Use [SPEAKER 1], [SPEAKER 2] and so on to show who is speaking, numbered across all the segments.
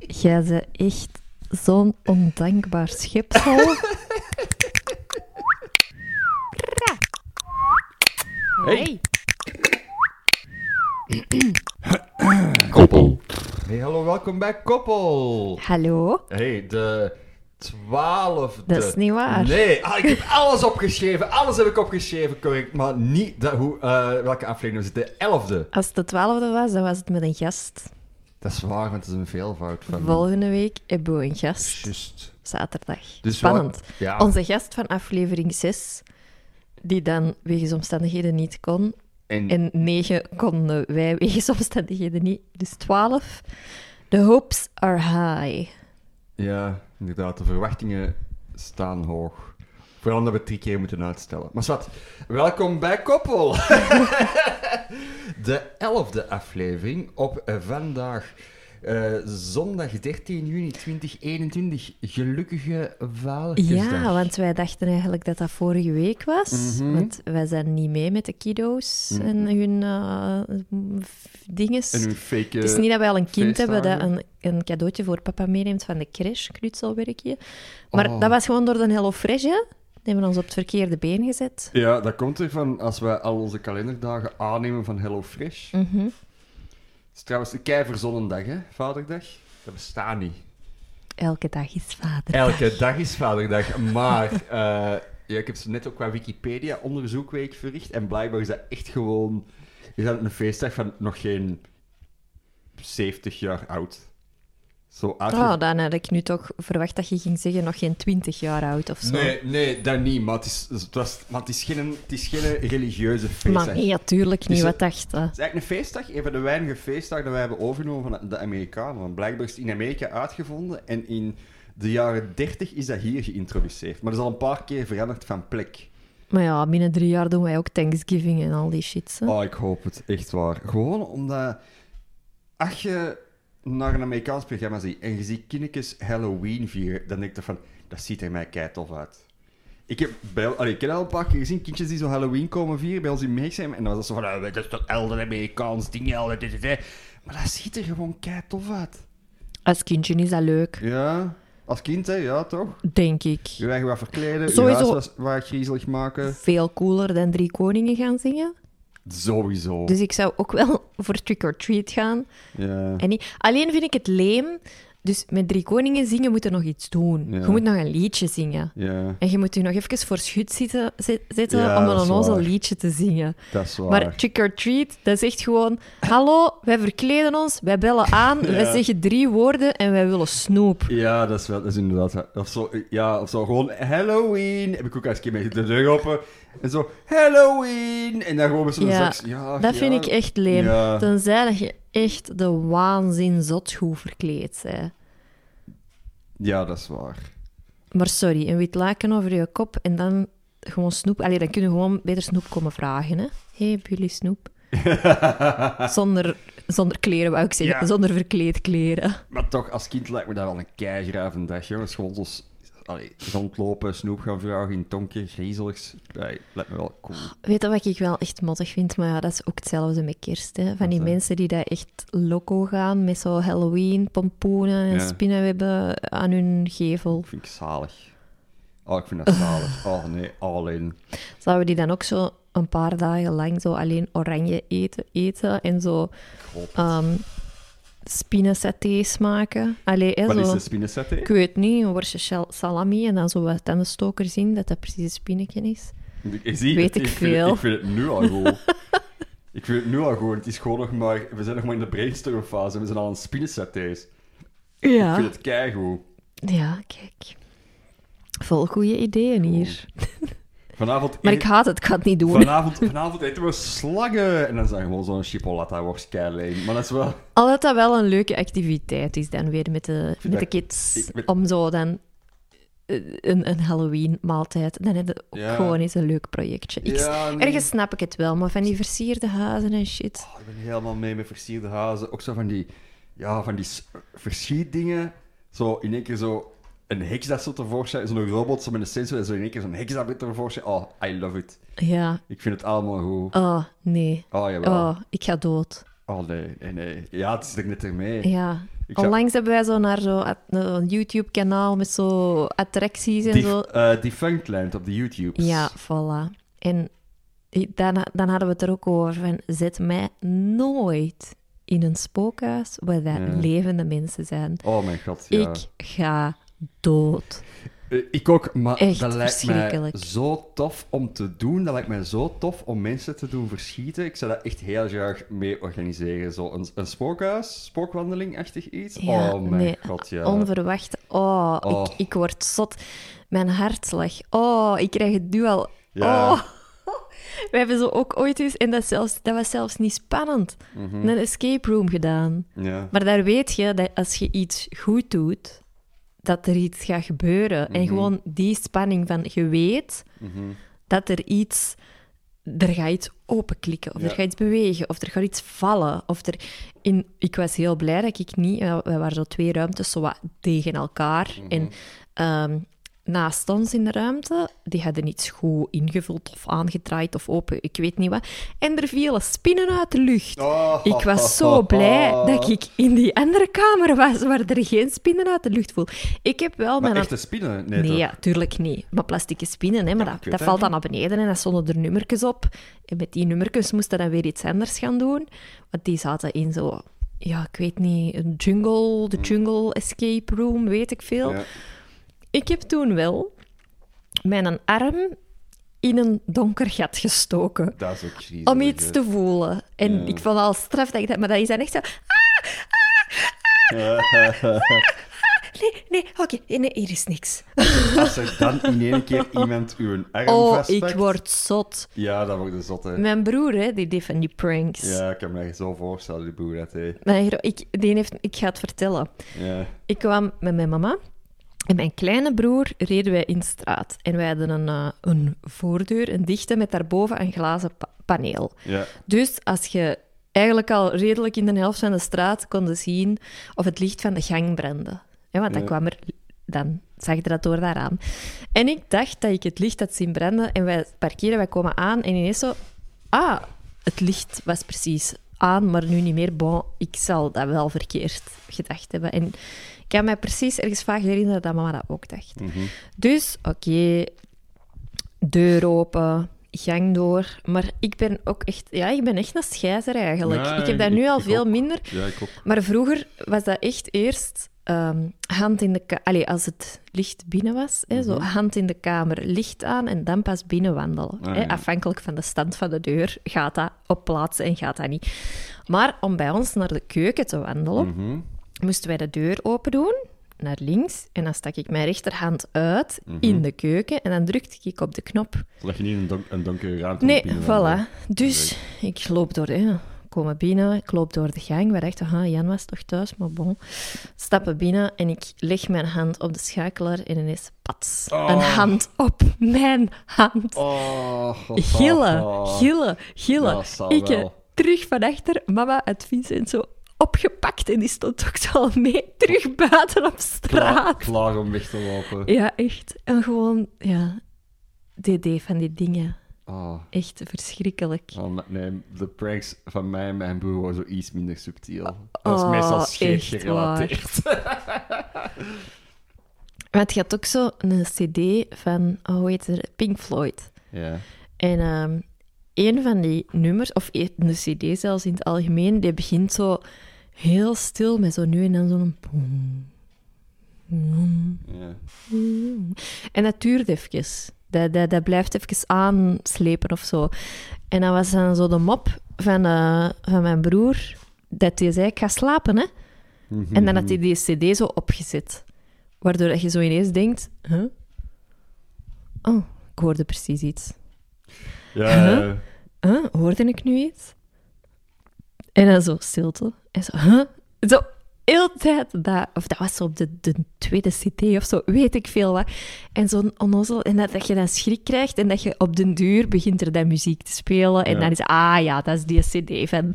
[SPEAKER 1] Jij bent echt zo'n ondankbaar schepsel.
[SPEAKER 2] Hey.
[SPEAKER 3] Koppel.
[SPEAKER 2] Hey, hallo, welkom bij Koppel.
[SPEAKER 1] Hallo?
[SPEAKER 2] Hey, de twaalfde.
[SPEAKER 1] Dat is niet waar.
[SPEAKER 2] Nee, ah, ik heb alles opgeschreven. Alles heb ik opgeschreven, correct. Maar niet dat, hoe, eh, welke aflevering we zitten. De elfde.
[SPEAKER 1] Als het de twaalfde was, dan was het met een gast.
[SPEAKER 2] Dat is waar, want het is een veelvoud van...
[SPEAKER 1] Volgende week hebben we een gast.
[SPEAKER 2] Just.
[SPEAKER 1] Zaterdag.
[SPEAKER 2] Dus
[SPEAKER 1] Spannend.
[SPEAKER 2] wel- ja.
[SPEAKER 1] Onze gast van aflevering 6, die dan wegens omstandigheden niet kon.
[SPEAKER 2] En,
[SPEAKER 1] En 9 konden wij wegens omstandigheden niet. Dus 12. The hopes are high.
[SPEAKER 2] Ja, inderdaad. De verwachtingen staan hoog. Vooral omdat we het drie keer moeten uitstellen. Maar zwart, welkom bij Koppel. de elfde aflevering op eh, vandaag. eh, zondag 13 juni 2021. Gelukkige Valentijnsdag.
[SPEAKER 1] Ja, want wij dachten eigenlijk dat dat vorige week was.
[SPEAKER 2] Mhm.
[SPEAKER 1] Want wij zijn niet mee met de kiddo's en hun eh, f- dinges.
[SPEAKER 3] En uw fake...
[SPEAKER 2] eh,
[SPEAKER 3] eh,
[SPEAKER 1] het is niet dat wij al een kind hebben dat
[SPEAKER 3] feestdagen.
[SPEAKER 1] een, een cadeautje voor papa meeneemt van de crash, knutselwerkje. Maar
[SPEAKER 2] Oh.
[SPEAKER 1] dat was gewoon door de Hello Fresh, hè? Die hebben ons op het verkeerde been gezet.
[SPEAKER 3] Ja, dat komt ervan als wij al onze kalenderdagen aannemen van
[SPEAKER 1] Mm.
[SPEAKER 3] HelloFresh. Het is trouwens een keiverzonnen dag, hè, vaderdag.
[SPEAKER 2] Dat bestaat niet.
[SPEAKER 1] Elke dag is vader.
[SPEAKER 2] Elke dag is Vaderdag, maar eh, ja, ik heb ze net ook qua Wikipedia onderzoekweek verricht en blijkbaar is dat echt gewoon is dat een feestdag van nog geen 70 jaar oud. Zo uitge-
[SPEAKER 1] Oh, dan had ik nu toch verwacht dat je ging zeggen nog geen twintig jaar oud of zo.
[SPEAKER 2] Nee, nee, dat niet, maar het is, het was, maar het is, geen, het is geen religieuze feestdag.
[SPEAKER 1] maar nee, natuurlijk niet.
[SPEAKER 2] Dus-
[SPEAKER 1] Wat dacht je?
[SPEAKER 3] Het is eigenlijk een feestdag, een van de weinige feestdagen die wij hebben overgenomen van de Amerikanen. Want blijkbaar is het in Amerika uitgevonden en in de jaren 30 is dat hier geïntroduceerd. Maar dat is al een paar keer veranderd van plek.
[SPEAKER 1] Maar ja, binnen drie jaar doen wij ook Thanksgiving en al die shit. hè.
[SPEAKER 3] Oh, ik hoop het, echt waar. Gewoon omdat, als je naar een Amerikaans programma ziet en je ziet kindjes Halloween vieren, dan denk je van, dat ziet er mij keitof uit. Ik heb, bij, allee, ik ken al een paar keer gezien, kindjes die zo Halloween komen vieren bij ons in Meeksem, en dan was dat zo van, ah, dat is toch elder Amerikaans ding, elder dit, dit, dit. Maar dat ziet er gewoon keitof uit.
[SPEAKER 1] Als kindje is dat leuk,
[SPEAKER 3] Ja, als kind hè, ja toch?
[SPEAKER 1] denk ik.
[SPEAKER 3] Je eigen wat verkleden,
[SPEAKER 1] Sowieso.
[SPEAKER 3] je huis wat, wat griezelig maken.
[SPEAKER 1] Veel cooler dan Drie Koningen gaan zingen.
[SPEAKER 3] Sowieso.
[SPEAKER 1] Dus ik zou ook wel voor Trick or Treat gaan.
[SPEAKER 3] Ja.
[SPEAKER 1] En niet... Alleen vind ik het leem. Dus met Drie Koningen zingen moet je nog iets doen.
[SPEAKER 3] Ja.
[SPEAKER 1] Je moet nog een liedje zingen.
[SPEAKER 3] ja,
[SPEAKER 1] En je moet je nog even voor schut zitten, zet- zetten
[SPEAKER 3] Ja,
[SPEAKER 1] om een
[SPEAKER 3] dat is
[SPEAKER 1] onnozel
[SPEAKER 3] waar.
[SPEAKER 1] liedje te zingen.
[SPEAKER 3] dat is waar.
[SPEAKER 1] Maar trick or treat, dat is echt gewoon... Hallo, wij verkleden ons, wij bellen aan, wij zeggen drie woorden en wij willen snoep.
[SPEAKER 3] Ja, dat is, wel, dat is inderdaad. waar. Of zo, eh, ja, of zo gewoon Halloween. Heb ik ook als kind mee de deur open. En zo Halloween. En dan gewoon met zo'n
[SPEAKER 1] Ja,
[SPEAKER 3] zaks. Ja,
[SPEAKER 1] dat
[SPEAKER 3] ja.
[SPEAKER 1] vind ik echt leem.
[SPEAKER 3] Ja.
[SPEAKER 1] Tenzij dat je echt de waanzin zot goed verkleed bent.
[SPEAKER 3] Ja, dat is waar.
[SPEAKER 1] Maar sorry, een wit laken over je kop en dan gewoon snoep. Allee, dan kunnen we gewoon beter snoep komen vragen, hè. Hé, hey, jullie snoep? zonder, zonder kleren, wou ik zeggen.
[SPEAKER 3] Ja.
[SPEAKER 1] Zonder verkleed kleren.
[SPEAKER 3] Maar toch, als kind lijkt me dat wel een keigraven dag, jongens. Gewoon als, allee, rondlopen, snoep gaan vragen in tonken, griezeligs. Nee, lijkt me wel cool.
[SPEAKER 1] Weet je wat ik wel echt mottig vind? Maar ja, dat is ook hetzelfde met kerst. Hè? Van die
[SPEAKER 3] Wat, hè?
[SPEAKER 1] mensen die daar echt loco gaan met zo Halloween, pompoenen en
[SPEAKER 3] Ja.
[SPEAKER 1] spinnenwebben aan hun gevel.
[SPEAKER 3] Vind ik zalig. Oh, ik vind dat zalig. Oh nee, alleen.
[SPEAKER 1] Zouden die dan ook zo een paar dagen lang zo alleen oranje eten, eten en zo
[SPEAKER 3] hoop
[SPEAKER 1] ehm spinnensatés maken? Allee, hè,
[SPEAKER 3] Wat is
[SPEAKER 1] zo,
[SPEAKER 3] de spinnenset,
[SPEAKER 1] ik weet niet, een worstje shal- salami en dan zo wat tandenstoker zien, dat dat precies een spinnetje is.
[SPEAKER 3] Ik zie,
[SPEAKER 1] Weet ik
[SPEAKER 3] vind-
[SPEAKER 1] veel.
[SPEAKER 3] ik vind het nu al goed. ik vind het nu al goed. Het is gewoon nog maar... We zijn nog maar in de brainstormfase. We zijn al aan het spinnensatés. Ik
[SPEAKER 1] Ja.
[SPEAKER 3] vind het keigoed.
[SPEAKER 1] Ja, kijk. Vol goede ideeën hier.
[SPEAKER 3] Vanavond,
[SPEAKER 1] Maar
[SPEAKER 3] e-
[SPEAKER 1] ik haat het, ik ga het niet doen.
[SPEAKER 3] vanavond, vanavond eten we slangen. En dan zijn we gewoon zo'n chipolata-worst keileen. Maar dat is wel...
[SPEAKER 1] Al dat dat wel een leuke activiteit is dan weer met de, met de
[SPEAKER 3] dat-
[SPEAKER 1] kids.
[SPEAKER 3] ik ben-
[SPEAKER 1] Om zo dan eh, een, een Halloween-maaltijd. Dan heb je ook
[SPEAKER 3] Ja.
[SPEAKER 1] gewoon eens een leuk projectje. Ik,
[SPEAKER 3] Ja, nee.
[SPEAKER 1] Ergens snap ik het wel, maar van die versierde huizen en shit.
[SPEAKER 3] Oh, ik ben helemaal mee met versierde hazen. Ook zo van die... Ja, van die s- verschietdingen. Zo in één keer zo... Een heks dat zo tevoorschijn. Zo'n robot zo met een sensor. En zo in één keer zo'n heks dat tevoorschijn. Oh, I love it.
[SPEAKER 1] Ja.
[SPEAKER 3] Ik vind het allemaal goed.
[SPEAKER 1] Oh, nee.
[SPEAKER 3] Oh, jawel.
[SPEAKER 1] Oh, ik ga dood.
[SPEAKER 3] Oh nee, nee, nee. Ja, het is er net ermee.
[SPEAKER 1] Ja.
[SPEAKER 4] Ik zou-
[SPEAKER 1] Onlangs hebben wij zo naar zo'n at- een YouTube-kanaal met zo attracties en
[SPEAKER 4] Def-
[SPEAKER 1] zo.
[SPEAKER 4] eh, Defunctland op de YouTube.
[SPEAKER 1] Ja, voilà. En i- dan, dan hadden we het er ook over van, zet mij nooit in een spookhuis waar dat
[SPEAKER 4] Ja.
[SPEAKER 1] levende mensen zijn.
[SPEAKER 4] Oh mijn god, ja.
[SPEAKER 1] Ik ga dood.
[SPEAKER 4] Eh, ik ook, maar
[SPEAKER 1] Echt
[SPEAKER 4] dat lijkt mij
[SPEAKER 1] verschrikkelijk.
[SPEAKER 4] zo tof om te doen. Dat lijkt mij zo tof om mensen te doen verschieten. Ik zou dat echt heel graag mee organiseren. Zo een, een spookhuis, spookwandeling-achtig iets.
[SPEAKER 1] Ja,
[SPEAKER 4] oh mijn
[SPEAKER 1] nee,
[SPEAKER 4] god, ja.
[SPEAKER 1] Onverwacht. Oh,
[SPEAKER 4] Oh.
[SPEAKER 1] Ik, ik word zot. Mijn hartslag. Oh, ik krijg het nu al.
[SPEAKER 4] Ja.
[SPEAKER 1] Oh. We hebben zo ook ooit eens, en dat, zelfs, dat was zelfs niet spannend,
[SPEAKER 4] Mhm.
[SPEAKER 1] een escape room gedaan.
[SPEAKER 4] ja.
[SPEAKER 1] Maar daar weet je dat als je iets goed doet, dat er iets gaat gebeuren.
[SPEAKER 4] Mhm.
[SPEAKER 1] En gewoon die spanning van je weet dat er iets. Er gaat iets openklikken, of
[SPEAKER 4] Ja.
[SPEAKER 1] er gaat iets bewegen, of er gaat iets vallen. Of er in, ik was heel blij dat ik niet... We waren zo twee ruimtes zo wat tegen elkaar.
[SPEAKER 4] Mhm.
[SPEAKER 1] En ehm, naast ons in de ruimte, die hadden iets goed ingevuld of aangedraaid of open, ik weet niet wat. En er vielen spinnen uit de lucht.
[SPEAKER 4] Oh.
[SPEAKER 1] Ik was zo blij dat ik in die andere kamer was, waar er geen spinnen uit de lucht voel. Ik heb wel
[SPEAKER 4] Maar
[SPEAKER 1] mijn...
[SPEAKER 4] echte spinnen? Nee,
[SPEAKER 1] Nee,
[SPEAKER 4] toch?
[SPEAKER 1] ja, tuurlijk niet. Maar plastic spinnen, hè, maar
[SPEAKER 4] Ja, ik
[SPEAKER 1] dat,
[SPEAKER 4] weet
[SPEAKER 1] dat
[SPEAKER 4] dat
[SPEAKER 1] valt dan naar beneden en dat stonden er nummertjes op. En met die nummertjes moesten dan weer iets anders gaan doen. Want die zaten in zo, ja, ik weet niet, een jungle, de jungle escape room, weet ik veel.
[SPEAKER 4] Hmm. Ja.
[SPEAKER 1] Ik heb toen wel mijn arm in een donker gat gestoken
[SPEAKER 4] Dat is ook griezelig.
[SPEAKER 1] om iets
[SPEAKER 4] hè.
[SPEAKER 1] te voelen. En ik vond al straf dat ik dat... Maar dat is dan echt zo... "Ah, ah." Nee, nee, oké. Nee, hier is niks.
[SPEAKER 4] Als er dan in één keer iemand uw arm
[SPEAKER 1] Oh,
[SPEAKER 4] vastpakt...
[SPEAKER 1] ik word zot.
[SPEAKER 4] Ja, dat wordt een zotte.
[SPEAKER 1] Mijn broer, hè, die deed van die pranks.
[SPEAKER 4] Ja, ik kan me echt zo voorstellen, die boer dat hij...
[SPEAKER 1] Mijn gro- ik, die heeft, ik ga het vertellen.
[SPEAKER 4] Ja.
[SPEAKER 1] Ik kwam met mijn mama en mijn kleine broer reden wij in de straat. En wij hadden een, eh, een voordeur, een dichte, met daarboven een glazen pa- paneel.
[SPEAKER 4] Ja.
[SPEAKER 1] Dus als je eigenlijk al redelijk in de helft van de straat kon zien of het licht van de gang brandde. Ja, want dan
[SPEAKER 4] Ja.
[SPEAKER 1] kwam er... Dan zag je dat door dat raam. En ik dacht dat ik het licht had zien branden en wij parkeren, wij komen aan en ineens zo... Ah, het licht was precies aan, maar nu niet meer. Bon, ik zal dat wel verkeerd gedacht hebben. En ik kan mij precies ergens vaag herinneren dat mama dat ook dacht. Dus, oké, deur open, gang door. Maar ik ben ook echt, ja, ik ben echt een scheizer eigenlijk.
[SPEAKER 4] Ja,
[SPEAKER 1] ik heb dat
[SPEAKER 4] ik-
[SPEAKER 1] nu al
[SPEAKER 4] ik
[SPEAKER 1] veel
[SPEAKER 4] ook.
[SPEAKER 1] minder.
[SPEAKER 4] ja, ik ook.
[SPEAKER 1] Maar vroeger was dat echt eerst ehm, hand in de kamer. Allee, als het licht binnen was, hè,
[SPEAKER 4] Mhm.
[SPEAKER 1] zo hand in de kamer, licht aan en dan pas binnen wandelen.
[SPEAKER 4] Ah,
[SPEAKER 1] hè.
[SPEAKER 4] ja.
[SPEAKER 1] Afhankelijk van de stand van de deur gaat dat op plaatsen en gaat dat niet. Maar om bij ons naar de keuken te wandelen,
[SPEAKER 4] Mhm.
[SPEAKER 1] moesten wij de deur open doen. Naar links en dan stak ik mijn rechterhand uit
[SPEAKER 4] Mhm.
[SPEAKER 1] in de keuken en dan drukte ik op de knop.
[SPEAKER 4] Zodat je niet in een, donk- een donkere ruimte
[SPEAKER 1] Nee,
[SPEAKER 4] moet binnenwandelen.
[SPEAKER 1] voilà. Dus ik loop door, hè. komen binnen, ik loop door de gang, waar echt, aha, Jan was toch thuis, maar bon. Stappen binnen en ik leg mijn hand op de schakelaar en ineens, pats, een hand op mijn hand.
[SPEAKER 4] Oh, oh,
[SPEAKER 1] Gillen,
[SPEAKER 4] oh.
[SPEAKER 1] gillen, gillen.
[SPEAKER 4] Ja, zal
[SPEAKER 1] ik eh,
[SPEAKER 4] wel.
[SPEAKER 1] terug van achter, mama uit Vincent zo opgepakt en die stond ook zo al mee, terug buiten op
[SPEAKER 4] Klaar,
[SPEAKER 1] straat.
[SPEAKER 4] klaar om weg te lopen.
[SPEAKER 1] Ja, echt. En gewoon, ja, DD van die dingen.
[SPEAKER 4] Oh.
[SPEAKER 1] Echt verschrikkelijk.
[SPEAKER 4] Oh, maar nee, de pranks van mij en mijn broer waren zo iets minder subtiel. Dat is
[SPEAKER 1] Oh,
[SPEAKER 4] meestal scheef
[SPEAKER 1] echt
[SPEAKER 4] gerelateerd.
[SPEAKER 1] Maar het gaat ook zo een CD van, oh, hoe heet het, Pink Floyd.
[SPEAKER 4] Ja.
[SPEAKER 1] En ehm een van die nummers, of e- een CD zelfs in het algemeen, die begint zo heel stil met zo nu en dan zo'n. boem, boem,
[SPEAKER 4] ja.
[SPEAKER 1] boem. En dat duurt even. Dat, dat, dat blijft even aanslepen of zo. En dat was dan zo de mop van, eh, van mijn broer, dat hij zei: Ik ga slapen, hè?
[SPEAKER 3] Mhm,
[SPEAKER 1] En
[SPEAKER 4] Mhm.
[SPEAKER 1] dan had hij die CD zo opgezet. Waardoor dat je zo ineens denkt: huh? Oh, ik hoorde precies iets.
[SPEAKER 4] Ja,
[SPEAKER 1] Huh? Huh? Hoorde ik nu iets? En dan zo stilte. En zo, huh? Zo, heel de tijd. Dat, of dat was zo op de, de tweede CD of zo, weet ik veel wat. En zo'n onnozel. En dat, dat je dan schrik krijgt en dat je op den duur begint er dan muziek te spelen. En
[SPEAKER 4] Ja.
[SPEAKER 1] dan is, ah ja, dat is die CD van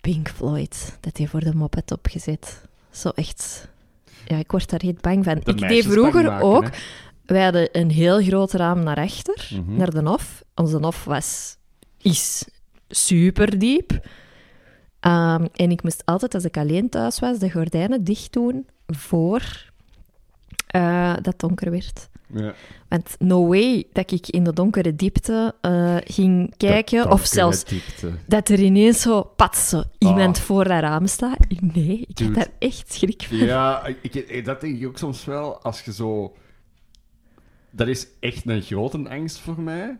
[SPEAKER 1] Pink Floyd. Dat hij voor de mop had opgezet. Zo echt. Ja, ik word daar heel bang van.
[SPEAKER 4] De
[SPEAKER 1] ik deed
[SPEAKER 4] meisjes
[SPEAKER 1] vroeger
[SPEAKER 4] bang maken,
[SPEAKER 1] ook.
[SPEAKER 4] hè.
[SPEAKER 1] Wij hadden een heel groot raam naar achter,
[SPEAKER 3] Mhm.
[SPEAKER 1] naar de hof. Onze hof was, is super diep. Ehm, en ik moest altijd, als ik alleen thuis was, de gordijnen dicht doen voor eh, dat het donker werd.
[SPEAKER 3] Ja.
[SPEAKER 1] Want no way dat ik in de donkere diepte eh, ging kijken
[SPEAKER 3] Dat
[SPEAKER 1] of
[SPEAKER 3] donkere
[SPEAKER 1] zelfs
[SPEAKER 3] diepte.
[SPEAKER 1] dat er ineens zo, pats, zo iemand
[SPEAKER 3] Ah.
[SPEAKER 1] voor dat raam staat. Nee, ik
[SPEAKER 3] Dude.
[SPEAKER 1] had daar echt schrik van.
[SPEAKER 3] Ja, ik, ik- dat denk ik ook soms wel. Als je zo. Dat is echt een grote angst voor mij.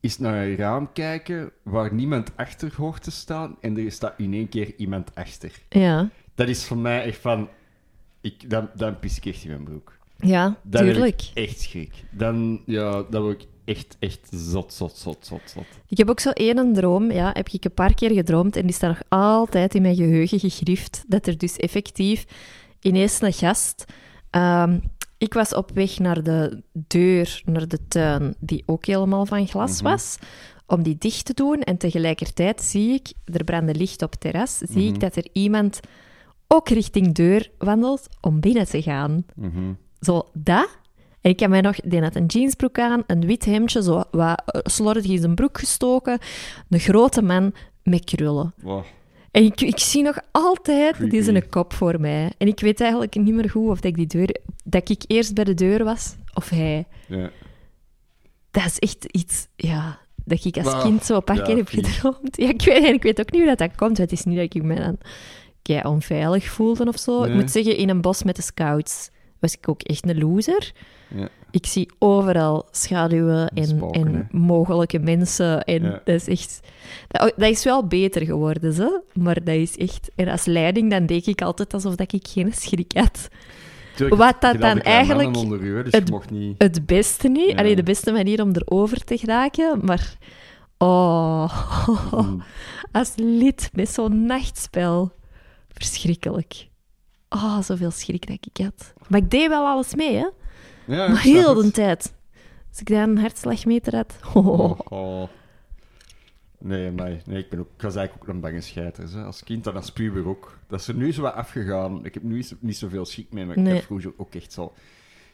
[SPEAKER 3] Is naar een raam kijken waar niemand achter hoort te staan en er staat in één keer iemand achter.
[SPEAKER 1] Ja,
[SPEAKER 3] Dat is voor mij echt van. Ik, dan, dan pis ik echt in mijn broek.
[SPEAKER 1] ja
[SPEAKER 3] Dan heb ik
[SPEAKER 1] tuurlijk.
[SPEAKER 3] echt schrik. Dan, ja, dan word ik echt, echt zot, zot, zot, zot, zot.
[SPEAKER 1] Ik heb ook zo één droom, ja, heb ik een paar keer gedroomd en die staat nog altijd in mijn geheugen gegrift, dat er dus effectief ineens een gast... ehm, ik was op weg naar de deur, naar de tuin, die ook helemaal van glas was, om die dicht te doen. En tegelijkertijd zie ik, er brandde licht op het terras, zie ik dat er iemand ook richting deur wandelt om binnen te gaan. Zo, dat. En ik heb mij nog, die had een jeansbroek aan, een wit hemdje, zo wat eh, slordig in zijn broek gestoken. Een grote man met krullen.
[SPEAKER 3] Wow.
[SPEAKER 1] En ik, ik zie nog altijd
[SPEAKER 3] Creepy.
[SPEAKER 1] deze kop voor mij. En ik weet eigenlijk niet meer goed of dat ik die deur, dat ik eerst bij de deur was of hij.
[SPEAKER 3] Ja.
[SPEAKER 1] Dat is echt iets, ja, dat ik als
[SPEAKER 3] Wauw.
[SPEAKER 1] kind zo een paar
[SPEAKER 3] Ja,
[SPEAKER 1] keer heb
[SPEAKER 3] vies.
[SPEAKER 1] gedroomd. Ja, ik weet, en ik weet ook niet hoe dat, dat komt. want Het is niet dat ik me dan kei onveilig voelde of zo. Ik
[SPEAKER 3] Nee.
[SPEAKER 1] moet zeggen, in een bos met de scouts was ik ook echt een loser.
[SPEAKER 3] Ja.
[SPEAKER 1] Ik zie overal schaduwen en,
[SPEAKER 3] Spoken,
[SPEAKER 1] en
[SPEAKER 3] hè?
[SPEAKER 1] mogelijke mensen. En
[SPEAKER 3] Ja.
[SPEAKER 1] dat is echt... Dat, oh, dat is wel beter geworden, ze. Maar dat is echt... En als leiding, dan deed ik altijd alsof dat ik geen schrik had.
[SPEAKER 3] Tuurlijk,
[SPEAKER 1] Wat dat
[SPEAKER 3] je had de
[SPEAKER 1] dan
[SPEAKER 3] kleine
[SPEAKER 1] eigenlijk
[SPEAKER 3] mannen Onder u, hè, dus
[SPEAKER 1] het-
[SPEAKER 3] je mocht niet.
[SPEAKER 1] Het beste niet.
[SPEAKER 3] Ja.
[SPEAKER 1] Allee, de beste manier om erover te geraken, maar... Oh,
[SPEAKER 3] Mm.
[SPEAKER 1] als lid met zo'n nachtspel. Verschrikkelijk. Oh, zoveel schrik dat ik had. Maar ik deed wel alles mee, hè.
[SPEAKER 3] Ja,
[SPEAKER 1] Maar
[SPEAKER 3] ik snap
[SPEAKER 1] heel
[SPEAKER 3] het.
[SPEAKER 1] de tijd. Als ik daar een hartslagmeter had... Oh.
[SPEAKER 3] Oh, oh. Nee, maar nee, ik, ben ook, ik was eigenlijk ook een bange scheiter. hè. Als kind en als puber ook. Dat is er nu zo wat afgegaan. Ik heb nu zo- niet zoveel schrik mee, maar ik
[SPEAKER 1] Nee.
[SPEAKER 3] heb vroeger ook echt zo...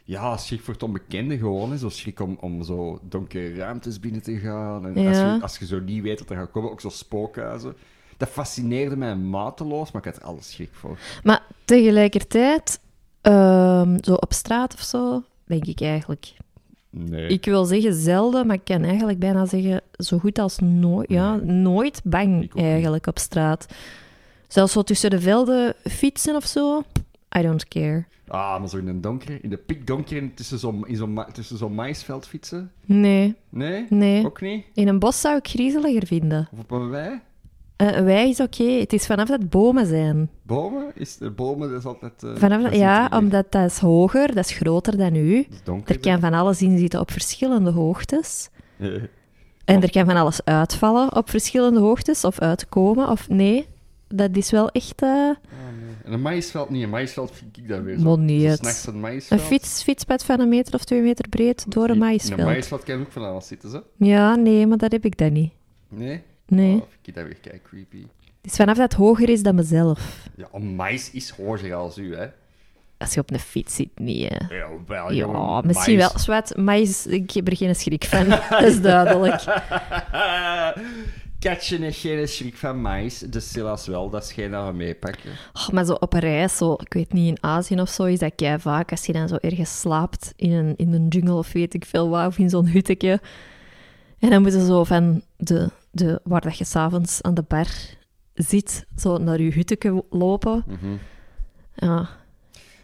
[SPEAKER 3] Ja, schrik voor het onbekende gewoon. Hè. Zo schrik om, om zo donkere ruimtes binnen te gaan. En als,
[SPEAKER 1] Ja.
[SPEAKER 3] je, als je zo niet weet wat er gaat komen, ook zo spookhuizen. Dat fascineerde mij mateloos, maar ik had er alles schrik voor.
[SPEAKER 1] Maar tegelijkertijd, ehm, zo op straat of zo, denk ik eigenlijk.
[SPEAKER 3] Nee.
[SPEAKER 1] Ik wil zeggen zelden, maar ik kan eigenlijk bijna zeggen zo goed als nooit. Ja, nooit
[SPEAKER 3] Ik
[SPEAKER 1] bang
[SPEAKER 3] ook niet.
[SPEAKER 1] eigenlijk op straat. Zelfs zo tussen de velden fietsen of zo. I don't care.
[SPEAKER 3] Ah, maar zo in een donker, in de pikdonker, in- tussen zo'n in zo'n ma- tussen zo'n maïsveld fietsen?
[SPEAKER 1] Nee,
[SPEAKER 3] Nee?
[SPEAKER 1] nee.
[SPEAKER 3] Ook niet?
[SPEAKER 1] In een bos zou ik griezeliger vinden.
[SPEAKER 3] Of op een wei?
[SPEAKER 1] Eh, Een wij is oké. Het is vanaf dat bomen zijn.
[SPEAKER 3] Bomen? Is de bomen, dat is altijd... eh,
[SPEAKER 1] Vanaf
[SPEAKER 3] dat
[SPEAKER 1] dat,
[SPEAKER 3] is
[SPEAKER 1] ja,
[SPEAKER 3] niet hier.
[SPEAKER 1] omdat dat is hoger, dat is groter dan u.
[SPEAKER 3] Het is
[SPEAKER 1] Er
[SPEAKER 3] donker.
[SPEAKER 1] kan van alles in zitten op verschillende hoogtes.
[SPEAKER 3] Eh,
[SPEAKER 1] En er kan van alles uitvallen op verschillende hoogtes, of uitkomen, of nee. Dat is wel echt... eh,
[SPEAKER 3] En een maïsveld niet, een maïsveld vind ik daar weer zo.
[SPEAKER 1] Moet niet
[SPEAKER 3] Zo
[SPEAKER 1] het.
[SPEAKER 3] S'nachts een maïsveld.
[SPEAKER 1] een fiets, fietspad van een meter of twee meter breed door een
[SPEAKER 3] In een
[SPEAKER 1] maïsveld.
[SPEAKER 3] maïsveld kan je ook van alles zitten, zo.
[SPEAKER 1] Ja, nee, maar dat heb ik dan niet.
[SPEAKER 3] Nee?
[SPEAKER 1] Nee.
[SPEAKER 3] Oh, vind ik dat weer kijk creepy.
[SPEAKER 1] Het is vanaf dat het hoger is dan mezelf.
[SPEAKER 3] Ja, een maïs is hoger als u, hè.
[SPEAKER 1] Als je op een fiets zit, niet. hè.
[SPEAKER 3] Ja, wel,
[SPEAKER 1] Ja,
[SPEAKER 3] Ah, jongen,
[SPEAKER 1] misschien
[SPEAKER 3] maïs.
[SPEAKER 1] wel. Zwart, maïs, ik heb er geen schrik van. dat is duidelijk.
[SPEAKER 3] Katje heeft geen schrik van maïs, de Silas wel, dat is geen dat we meepakken.
[SPEAKER 1] Oh, maar zo op een reis, zo, ik weet niet, in Azië of zo, is dat kei vaak. Als je dan zo ergens slaapt in een, in een jungle of weet ik veel waar, of in zo'n hutje. En dan moeten zo van de, de, waar dat je s'avonds aan de bar zit, zo naar je hutje lopen. Ja.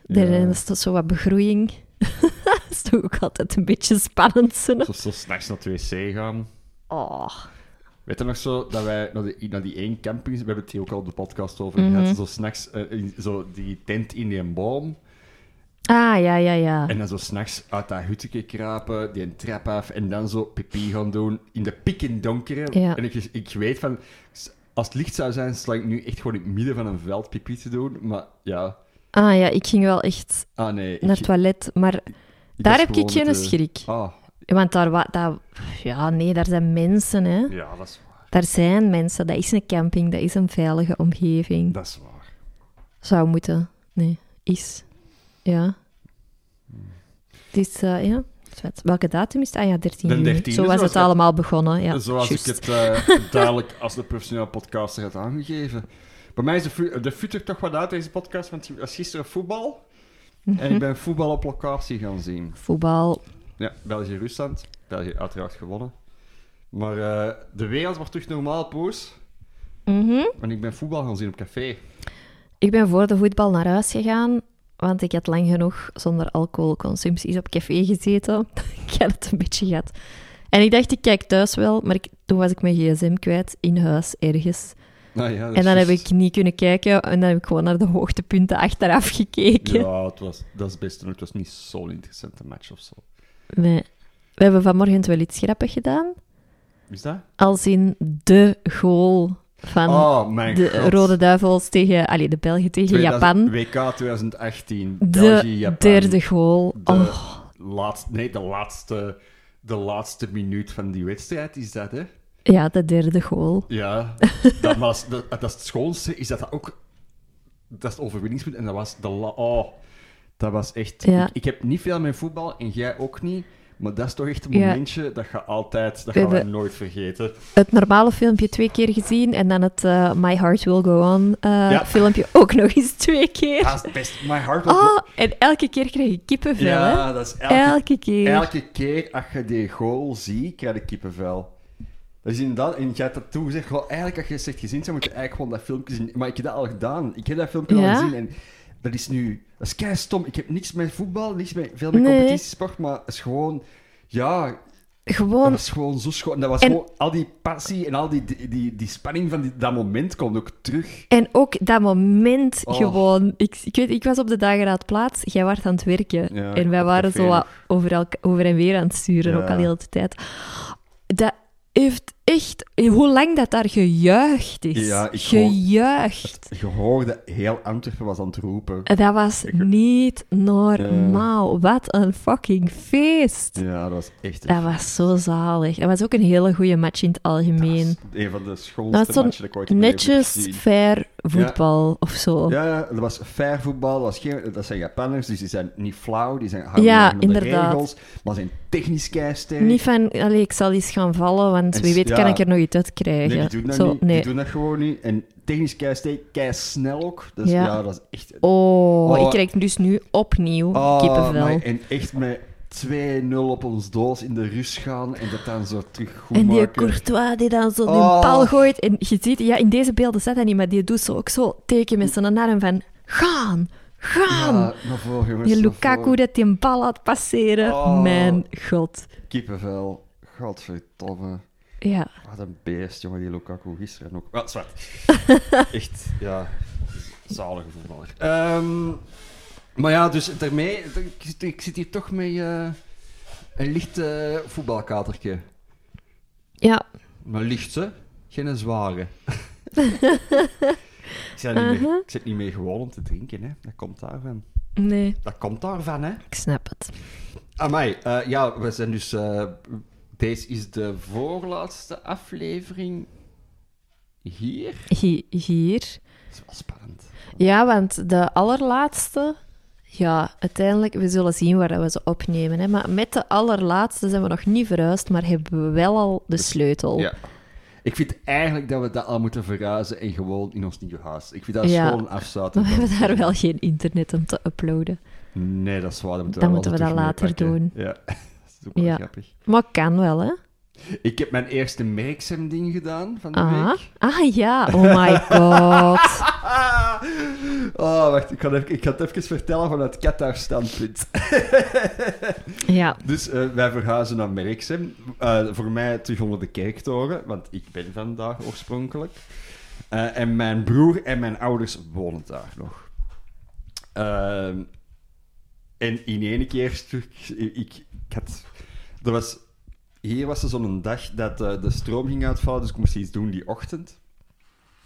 [SPEAKER 1] Daarin
[SPEAKER 3] Mhm. Ja.
[SPEAKER 1] is dat zo wat begroeiing. dat is toch ook altijd een beetje spannend. zo.
[SPEAKER 3] Zo, zo s'nachts naar het wc gaan.
[SPEAKER 1] Oh.
[SPEAKER 3] Weet je nog zo dat wij naar, de, naar die één camping, we hebben het hier ook al op de podcast over
[SPEAKER 1] Mhm.
[SPEAKER 3] gehad, zo s'nachts eh, zo die tent in die boom
[SPEAKER 1] Ah, ja, ja, ja.
[SPEAKER 3] en dan zo s'nachts uit dat hutje kruipen, die een trap af en dan zo pipi gaan doen in de pikken donkere.
[SPEAKER 1] Ja.
[SPEAKER 3] En ik, ik weet van, als het licht zou zijn, sla ik nu echt gewoon in het midden van een veld pipi te doen, maar ja.
[SPEAKER 1] Ah, ja, ik ging wel echt
[SPEAKER 3] Ah nee. ik-
[SPEAKER 1] naar het toilet, maar
[SPEAKER 3] ik
[SPEAKER 1] daar
[SPEAKER 3] was
[SPEAKER 1] heb ik
[SPEAKER 3] gewoon
[SPEAKER 1] geen
[SPEAKER 3] met de-
[SPEAKER 1] schrik.
[SPEAKER 3] Ah,
[SPEAKER 1] Want daar, wa- daar, ja, nee, daar zijn mensen, hè.
[SPEAKER 3] ja, dat is waar.
[SPEAKER 1] Daar zijn mensen. Dat is een camping, dat is een veilige omgeving.
[SPEAKER 3] Dat is waar.
[SPEAKER 1] Zou moeten. Nee, is. Ja. Dus, eh, ja. Zwet. Welke datum is het? Ah ja, 13
[SPEAKER 3] De
[SPEAKER 1] juni.
[SPEAKER 3] 13e,
[SPEAKER 1] Zo was
[SPEAKER 3] zoals
[SPEAKER 1] het
[SPEAKER 3] dat-
[SPEAKER 1] allemaal begonnen, ja.
[SPEAKER 3] Zoals
[SPEAKER 1] juist.
[SPEAKER 3] ik het eh duidelijk als de professionele podcaster had aangegeven. Bij mij is de, fu- de futter toch wat uit deze podcast, want het was gisteren voetbal.
[SPEAKER 1] Mhm.
[SPEAKER 3] En ik ben voetbal op locatie gaan zien.
[SPEAKER 1] Voetbal.
[SPEAKER 3] Ja, België-Rusland. België uiteraard gewonnen. Maar eh, de wereld wordt terug normaal, Poes.
[SPEAKER 1] Mhm.
[SPEAKER 3] En ik ben voetbal gaan zien op café.
[SPEAKER 1] Ik ben voor de voetbal naar huis gegaan, want ik had lang genoeg zonder alcoholconsumpties op café gezeten. ik had het een beetje gehad. En ik dacht, ik kijk thuis wel, maar ik, toen was ik mijn gsm kwijt, in huis, ergens.
[SPEAKER 3] Nou ja, dat
[SPEAKER 1] En
[SPEAKER 3] is
[SPEAKER 1] dan heb
[SPEAKER 3] juist.
[SPEAKER 1] ik niet kunnen kijken en dan heb ik gewoon naar de hoogtepunten achteraf gekeken.
[SPEAKER 3] Ja, het was, dat is best. Het was niet zo'n interessante match of zo.
[SPEAKER 1] Nee. We hebben vanmorgen wel iets grappig gedaan,
[SPEAKER 3] Is dat?
[SPEAKER 1] als in de goal van
[SPEAKER 3] oh, mijn
[SPEAKER 1] Ehm, de
[SPEAKER 3] god.
[SPEAKER 1] Rode Duivels tegen, allee, de Belgen tegen
[SPEAKER 3] 2000
[SPEAKER 1] Japan.
[SPEAKER 3] WK 2018.
[SPEAKER 1] De
[SPEAKER 3] België-Japan.
[SPEAKER 1] derde goal.
[SPEAKER 3] De,
[SPEAKER 1] Oh,
[SPEAKER 3] laatst- nee, de laatste, de laatste minuut van die wedstrijd is dat, hè?
[SPEAKER 1] ja, de derde goal.
[SPEAKER 3] Ja. dat, was, dat, dat is het schoonste. Is dat, dat ook... Dat is het overwinningspunt. En dat was de la... Oh, dat was echt...
[SPEAKER 1] Ja.
[SPEAKER 3] Ik, ik heb niet veel met voetbal en jij ook niet. Maar dat is toch echt een
[SPEAKER 1] Ja.
[SPEAKER 3] momentje dat je altijd... Dat
[SPEAKER 1] We
[SPEAKER 3] gaan we
[SPEAKER 1] hebben-
[SPEAKER 3] nooit vergeten.
[SPEAKER 1] het normale filmpje twee keer gezien en dan het eh, My Heart Will Go On eh,
[SPEAKER 3] Ja.
[SPEAKER 1] filmpje ook nog eens twee keer.
[SPEAKER 3] Dat is best... My heart will
[SPEAKER 1] Oh, en elke keer krijg ik kippenvel,
[SPEAKER 3] Ja,
[SPEAKER 1] hè?
[SPEAKER 3] dat is elke,
[SPEAKER 1] Elke keer.
[SPEAKER 3] elke keer als je die goal ziet, krijg je kippenvel. Dus inderdaad, en jij hebt dat toen gezegd, gewoon, eigenlijk als je het zegt gezien zou, moet je eigenlijk gewoon dat filmpje zien. Maar ik heb dat al gedaan. Ik heb dat filmpje
[SPEAKER 1] Ja?
[SPEAKER 3] al gezien en dat is nu... Dat is kei stom. Ik heb niks met voetbal, niks met veel met
[SPEAKER 1] Nee.
[SPEAKER 3] competitiesport, maar het is gewoon... Ja, dat
[SPEAKER 1] Gewoon,
[SPEAKER 3] is gewoon zo schoon. Dat was
[SPEAKER 1] En-
[SPEAKER 3] gewoon... Al die passie en al die, die, die, die spanning van die- dat moment komt ook terug.
[SPEAKER 1] en ook dat moment
[SPEAKER 3] Oh.
[SPEAKER 1] gewoon. Ik, ik, weet, ik was op de dageraad plaats, jij was aan het werken.
[SPEAKER 3] Ja,
[SPEAKER 1] en wij
[SPEAKER 3] op
[SPEAKER 1] waren
[SPEAKER 3] café
[SPEAKER 1] zo wat
[SPEAKER 3] nog.
[SPEAKER 1] over, elk, over en weer aan het sturen,
[SPEAKER 3] Ja.
[SPEAKER 1] ook al heel de tijd. Dat heeft echt... Hoe lang dat daar gejuicht is.
[SPEAKER 3] Ja, ik hoor-
[SPEAKER 1] gejuicht.
[SPEAKER 3] Je hoorde heel Antwerpen was aan het roepen.
[SPEAKER 1] Dat was niet
[SPEAKER 3] Eh.
[SPEAKER 1] normaal. Wat een fucking feest.
[SPEAKER 3] Ja, dat was echt...
[SPEAKER 1] Dat was zo zalig. Dat was ook een hele goede match in het algemeen.
[SPEAKER 3] Een van de
[SPEAKER 1] Dat
[SPEAKER 3] schoonste
[SPEAKER 1] was zo'n
[SPEAKER 3] matchen dat ik ooit in mijn leven heb
[SPEAKER 1] netjes,
[SPEAKER 3] gezien.
[SPEAKER 1] fair voetbal of zo. Ja,
[SPEAKER 3] Ja, ja, dat was fair voetbal. Dat, was geen, dat zijn Japanners, dus die zijn niet flauw. Die zijn hard
[SPEAKER 1] Ja,
[SPEAKER 3] aan de
[SPEAKER 1] inderdaad.
[SPEAKER 3] regels. Maar zijn technisch keister.
[SPEAKER 1] Niet van, allee, ik zal eens gaan vallen, want
[SPEAKER 3] En
[SPEAKER 1] wie
[SPEAKER 3] s-
[SPEAKER 1] weet
[SPEAKER 3] ja.
[SPEAKER 1] kan ik er nog iets uit
[SPEAKER 3] Nee,
[SPEAKER 1] krijgen.
[SPEAKER 3] die doen dat
[SPEAKER 1] Zo,
[SPEAKER 3] niet.
[SPEAKER 1] nee.
[SPEAKER 3] Die doen dat gewoon niet. En technisch keister, snel ook. Dus
[SPEAKER 1] Ja.
[SPEAKER 3] ja. dat is echt...
[SPEAKER 1] Oh,
[SPEAKER 3] Oh.
[SPEAKER 1] ik krijg dus nu opnieuw
[SPEAKER 3] Oh,
[SPEAKER 1] kippenvel.
[SPEAKER 3] maar- en echt met 2-0 op ons doos in de rust gaan en dat dan zo terug goed
[SPEAKER 1] En die
[SPEAKER 3] maken.
[SPEAKER 1] Courtois die dan zo
[SPEAKER 3] Oh.
[SPEAKER 1] die bal gooit. En je ziet, ja, in deze beelden staat dat niet, maar die doet zo ook zo teken met zijn arm van... Gaan! Gaan!
[SPEAKER 3] Ja, naar voren, jongens,
[SPEAKER 1] Die
[SPEAKER 3] naar
[SPEAKER 1] Lukaku
[SPEAKER 3] voren.
[SPEAKER 1] dat die een bal laat passeren.
[SPEAKER 3] Oh.
[SPEAKER 1] Mijn god.
[SPEAKER 3] Kippenvel. Godverdomme.
[SPEAKER 1] Ja.
[SPEAKER 3] Wat een beest, jongen, die Lukaku gisteren ook. Wat zwart. Echt, ja. Zalige voetballer. Ehm, maar ja, dus daarmee, ik, zit- ik zit hier toch met eh, een licht eh, voetbalkatertje.
[SPEAKER 1] Ja.
[SPEAKER 3] Maar licht, hè? Geen zware. ik, zit niet mee, ik zit niet mee gewoon om te drinken, hè? Dat komt daarvan.
[SPEAKER 1] Nee,
[SPEAKER 3] Dat komt daarvan, hè?
[SPEAKER 1] ik snap het.
[SPEAKER 3] Amai, eh ja, we zijn dus. eh, deze is de voorlaatste aflevering hier.
[SPEAKER 1] Hi- Hier.
[SPEAKER 3] Dat is wel spannend.
[SPEAKER 1] Ja, want de allerlaatste... Ja, uiteindelijk, we zullen zien waar dat we ze opnemen. Hè. Maar met de allerlaatste zijn we nog niet verhuisd, maar hebben we wel al de sleutel.
[SPEAKER 3] Ja. Oh. Ik vind eigenlijk dat we dat al moeten verhuizen en gewoon in ons nieuwe huis. Ik vind dat
[SPEAKER 1] Ja.
[SPEAKER 3] gewoon afsluiten.
[SPEAKER 1] Maar we hebben daar wel geen internet om te uploaden.
[SPEAKER 3] Nee, dat is waar. Dat moeten
[SPEAKER 1] Dan
[SPEAKER 3] we,
[SPEAKER 1] moeten we
[SPEAKER 3] wel
[SPEAKER 1] dat
[SPEAKER 3] terug
[SPEAKER 1] later
[SPEAKER 3] meepakken. Ja, dat is ook wel
[SPEAKER 1] Ja.
[SPEAKER 3] grappig.
[SPEAKER 1] Maar kan wel, hè?
[SPEAKER 3] Ik heb mijn eerste merksem-ding gedaan van de
[SPEAKER 1] Ah,
[SPEAKER 3] week.
[SPEAKER 1] ah ja, oh my god.
[SPEAKER 3] Oh, wacht. Ik ga, even, ik ga het even vertellen vanuit Qatar-standpunt.
[SPEAKER 1] Ja,
[SPEAKER 3] Dus eh, wij verhuizen naar Merksem. Eh, voor mij terug onder de kerktoren, want ik ben vandaag oorspronkelijk. Eh, en mijn broer en mijn ouders wonen daar nog. Ehm, en in één keer stuk, ik, ik had, er was, hier was er zo'n dag dat eh, de stroom ging uitvallen, dus ik moest iets doen die ochtend.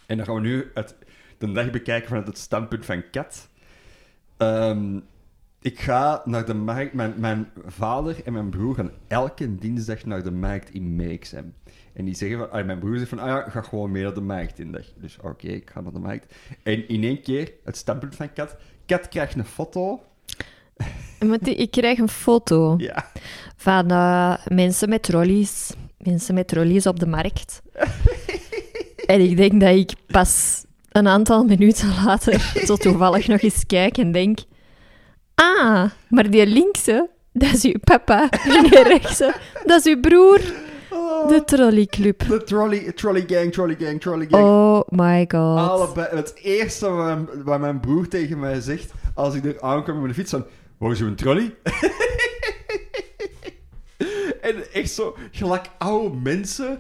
[SPEAKER 3] En dan gaan we nu het, de dag bekijken vanuit het standpunt van Kat. Ehm, ik ga naar de markt. Mijn, mijn vader en mijn broer gaan elke dinsdag naar de markt in Merksem. En die zeggen van, ah, mijn broer zegt van, ah ja, ga gewoon mee naar de markt in dag. Dus oké, ik ga naar de markt. En in één keer, het standpunt van Kat. Kat krijgt een foto.
[SPEAKER 1] maar die- ik krijg een foto.
[SPEAKER 3] Ja.
[SPEAKER 1] van eh, mensen met trolleys. Mensen met trolleys op de markt. en ik denk dat ik pas een aantal minuten later zo toevallig nog eens kijk en denk... Ah, maar die linkse, dat is uw papa. En die rechtse, dat is uw broer. De trolleyclub.
[SPEAKER 3] Oh, De trolley, trolley gang, trolley gang, trolley gang.
[SPEAKER 1] Oh my god.
[SPEAKER 3] Allebei. Het eerste wat mijn, wat mijn broer tegen mij zegt, als ik er aankom met de fiets, van... Waar is uw trolley? en echt zo, gelijk oude mensen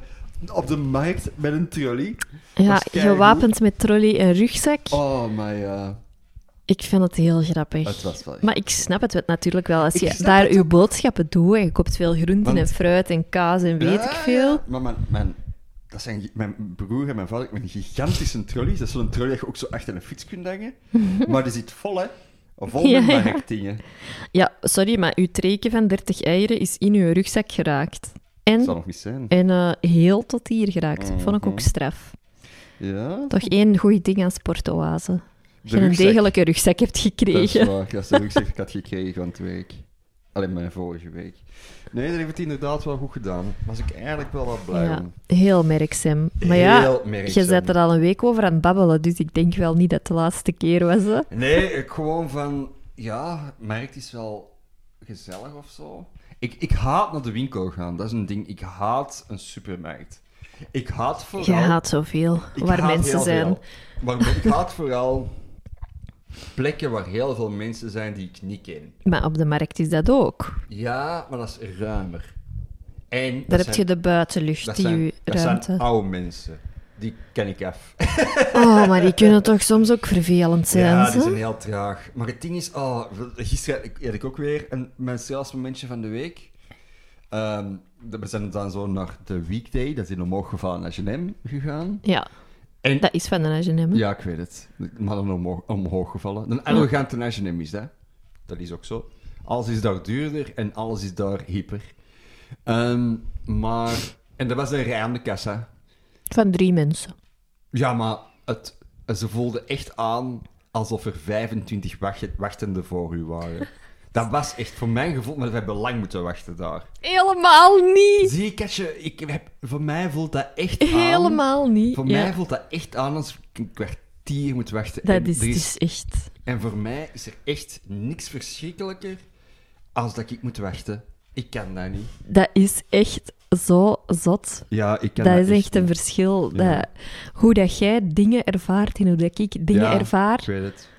[SPEAKER 3] op de markt met een trolley.
[SPEAKER 1] Ja,
[SPEAKER 3] dat is keigoed.
[SPEAKER 1] gewapend met trolley en rugzak.
[SPEAKER 3] Oh my god.
[SPEAKER 1] Ik vind het heel grappig.
[SPEAKER 3] Het was wel echt-
[SPEAKER 1] Maar ik snap het wel- natuurlijk wel. Als
[SPEAKER 3] Ik
[SPEAKER 1] je
[SPEAKER 3] snap
[SPEAKER 1] daar
[SPEAKER 3] het
[SPEAKER 1] uw boodschappen doet en je koopt veel groenten
[SPEAKER 3] Want-
[SPEAKER 1] en fruit en kaas en weet
[SPEAKER 3] Ja,
[SPEAKER 1] ik veel.
[SPEAKER 3] ja. Maar mijn, mijn, dat zijn, gi- mijn broer en mijn vader met een gigantische trolleys. Dat is zo'n trolley dat je ook zo achter een fiets kunt hangen. maar die zit vol, hè. Vol met
[SPEAKER 1] Ja, ja.
[SPEAKER 3] marktdingen.
[SPEAKER 1] Ja, sorry, maar uw treetje van 30 eieren is in uw rugzak geraakt. En,
[SPEAKER 3] Dat zal Mhm. nog niet zijn.
[SPEAKER 1] en eh, heel tot hier geraakt. Vond ik ook straf.
[SPEAKER 3] Ja.
[SPEAKER 1] Toch één goed ding aan Sportoase. Dat je
[SPEAKER 3] De
[SPEAKER 1] een
[SPEAKER 3] rugzak.
[SPEAKER 1] degelijke rugzak hebt
[SPEAKER 3] Dat is
[SPEAKER 1] gekregen.
[SPEAKER 3] waar. Dat is de rugzak die ik had gekregen van het week. Alleen mijn vorige week. Nee, dat heeft het inderdaad wel goed gedaan. Daar was ik eigenlijk wel wat blij
[SPEAKER 1] Ja,
[SPEAKER 3] om.
[SPEAKER 1] heel merkzaam. Maar ja,
[SPEAKER 3] Heel merkzaam.
[SPEAKER 1] je zet er al een week over aan het babbelen, dus ik denk wel niet dat het de laatste keer was. Hè?
[SPEAKER 3] Nee, ik gewoon van... Ja, markt is wel gezellig of zo. Ik, ik haat naar de winkel gaan. Dat is een ding. Ik haat een supermarkt. Ik haat
[SPEAKER 1] Je
[SPEAKER 3] vooral...
[SPEAKER 1] haat zoveel
[SPEAKER 3] ik
[SPEAKER 1] waar
[SPEAKER 3] haat
[SPEAKER 1] mensen
[SPEAKER 3] heel
[SPEAKER 1] zijn.
[SPEAKER 3] veel. Maar ik haat vooral plekken waar heel veel mensen zijn die ik niet ken.
[SPEAKER 1] Maar op de markt is dat ook.
[SPEAKER 3] Ja, maar dat is ruimer. En dat
[SPEAKER 1] Daar heb
[SPEAKER 3] zijn-
[SPEAKER 1] je de buitenlucht,
[SPEAKER 3] Dat
[SPEAKER 1] die
[SPEAKER 3] zijn,
[SPEAKER 1] je
[SPEAKER 3] dat
[SPEAKER 1] ruimte.
[SPEAKER 3] zijn oude mensen. Die ken ik af.
[SPEAKER 1] Oh, maar die kunnen toch soms ook vervelend zijn.
[SPEAKER 3] Ja, die
[SPEAKER 1] ze?
[SPEAKER 3] zijn heel traag. Maar het ding is, oh, gisteren had ik- had ik ook weer een, mijn snelste momentje van de week. Ehm, we zijn dan zo naar de weekday, dat is in omhoog gevallen naar Genem gegaan.
[SPEAKER 1] Ja,
[SPEAKER 3] En-
[SPEAKER 1] dat is van de H&M.
[SPEAKER 3] Ja, ik weet het. Maar dan omhoog, omhoog gevallen. Een arrogante H&M is dat. Dat is ook zo. Alles is daar duurder en alles is daar hyper. Ehm, maar... En dat was een rij aan de kassa.
[SPEAKER 1] Van drie mensen.
[SPEAKER 3] Ja, maar het, ze voelden echt aan alsof er 25 wacht- wachtenden voor u waren. Dat was echt voor mijn gevoel, maar we hebben lang moeten wachten daar.
[SPEAKER 1] Helemaal niet!
[SPEAKER 3] Zie je, Katje, ik heb, voor mij voelt dat echt aan.
[SPEAKER 1] Helemaal niet.
[SPEAKER 3] Voor
[SPEAKER 1] Ja,
[SPEAKER 3] mij voelt dat echt aan als ik een kwartier moet wachten. en,
[SPEAKER 1] dat is,
[SPEAKER 3] er
[SPEAKER 1] het is echt...
[SPEAKER 3] en voor mij is er echt niks verschrikkelijker als dat ik moet wachten. Ik kan dat niet.
[SPEAKER 1] Dat is echt zo zot.
[SPEAKER 3] Ja, ik kan
[SPEAKER 1] Dat is echt een
[SPEAKER 3] niet.
[SPEAKER 1] verschil.
[SPEAKER 3] Ja.
[SPEAKER 1] Dat, hoe dat jij dingen ervaart en hoe dat ik dingen
[SPEAKER 3] Ja,
[SPEAKER 1] ervaar,
[SPEAKER 3] Ik weet het.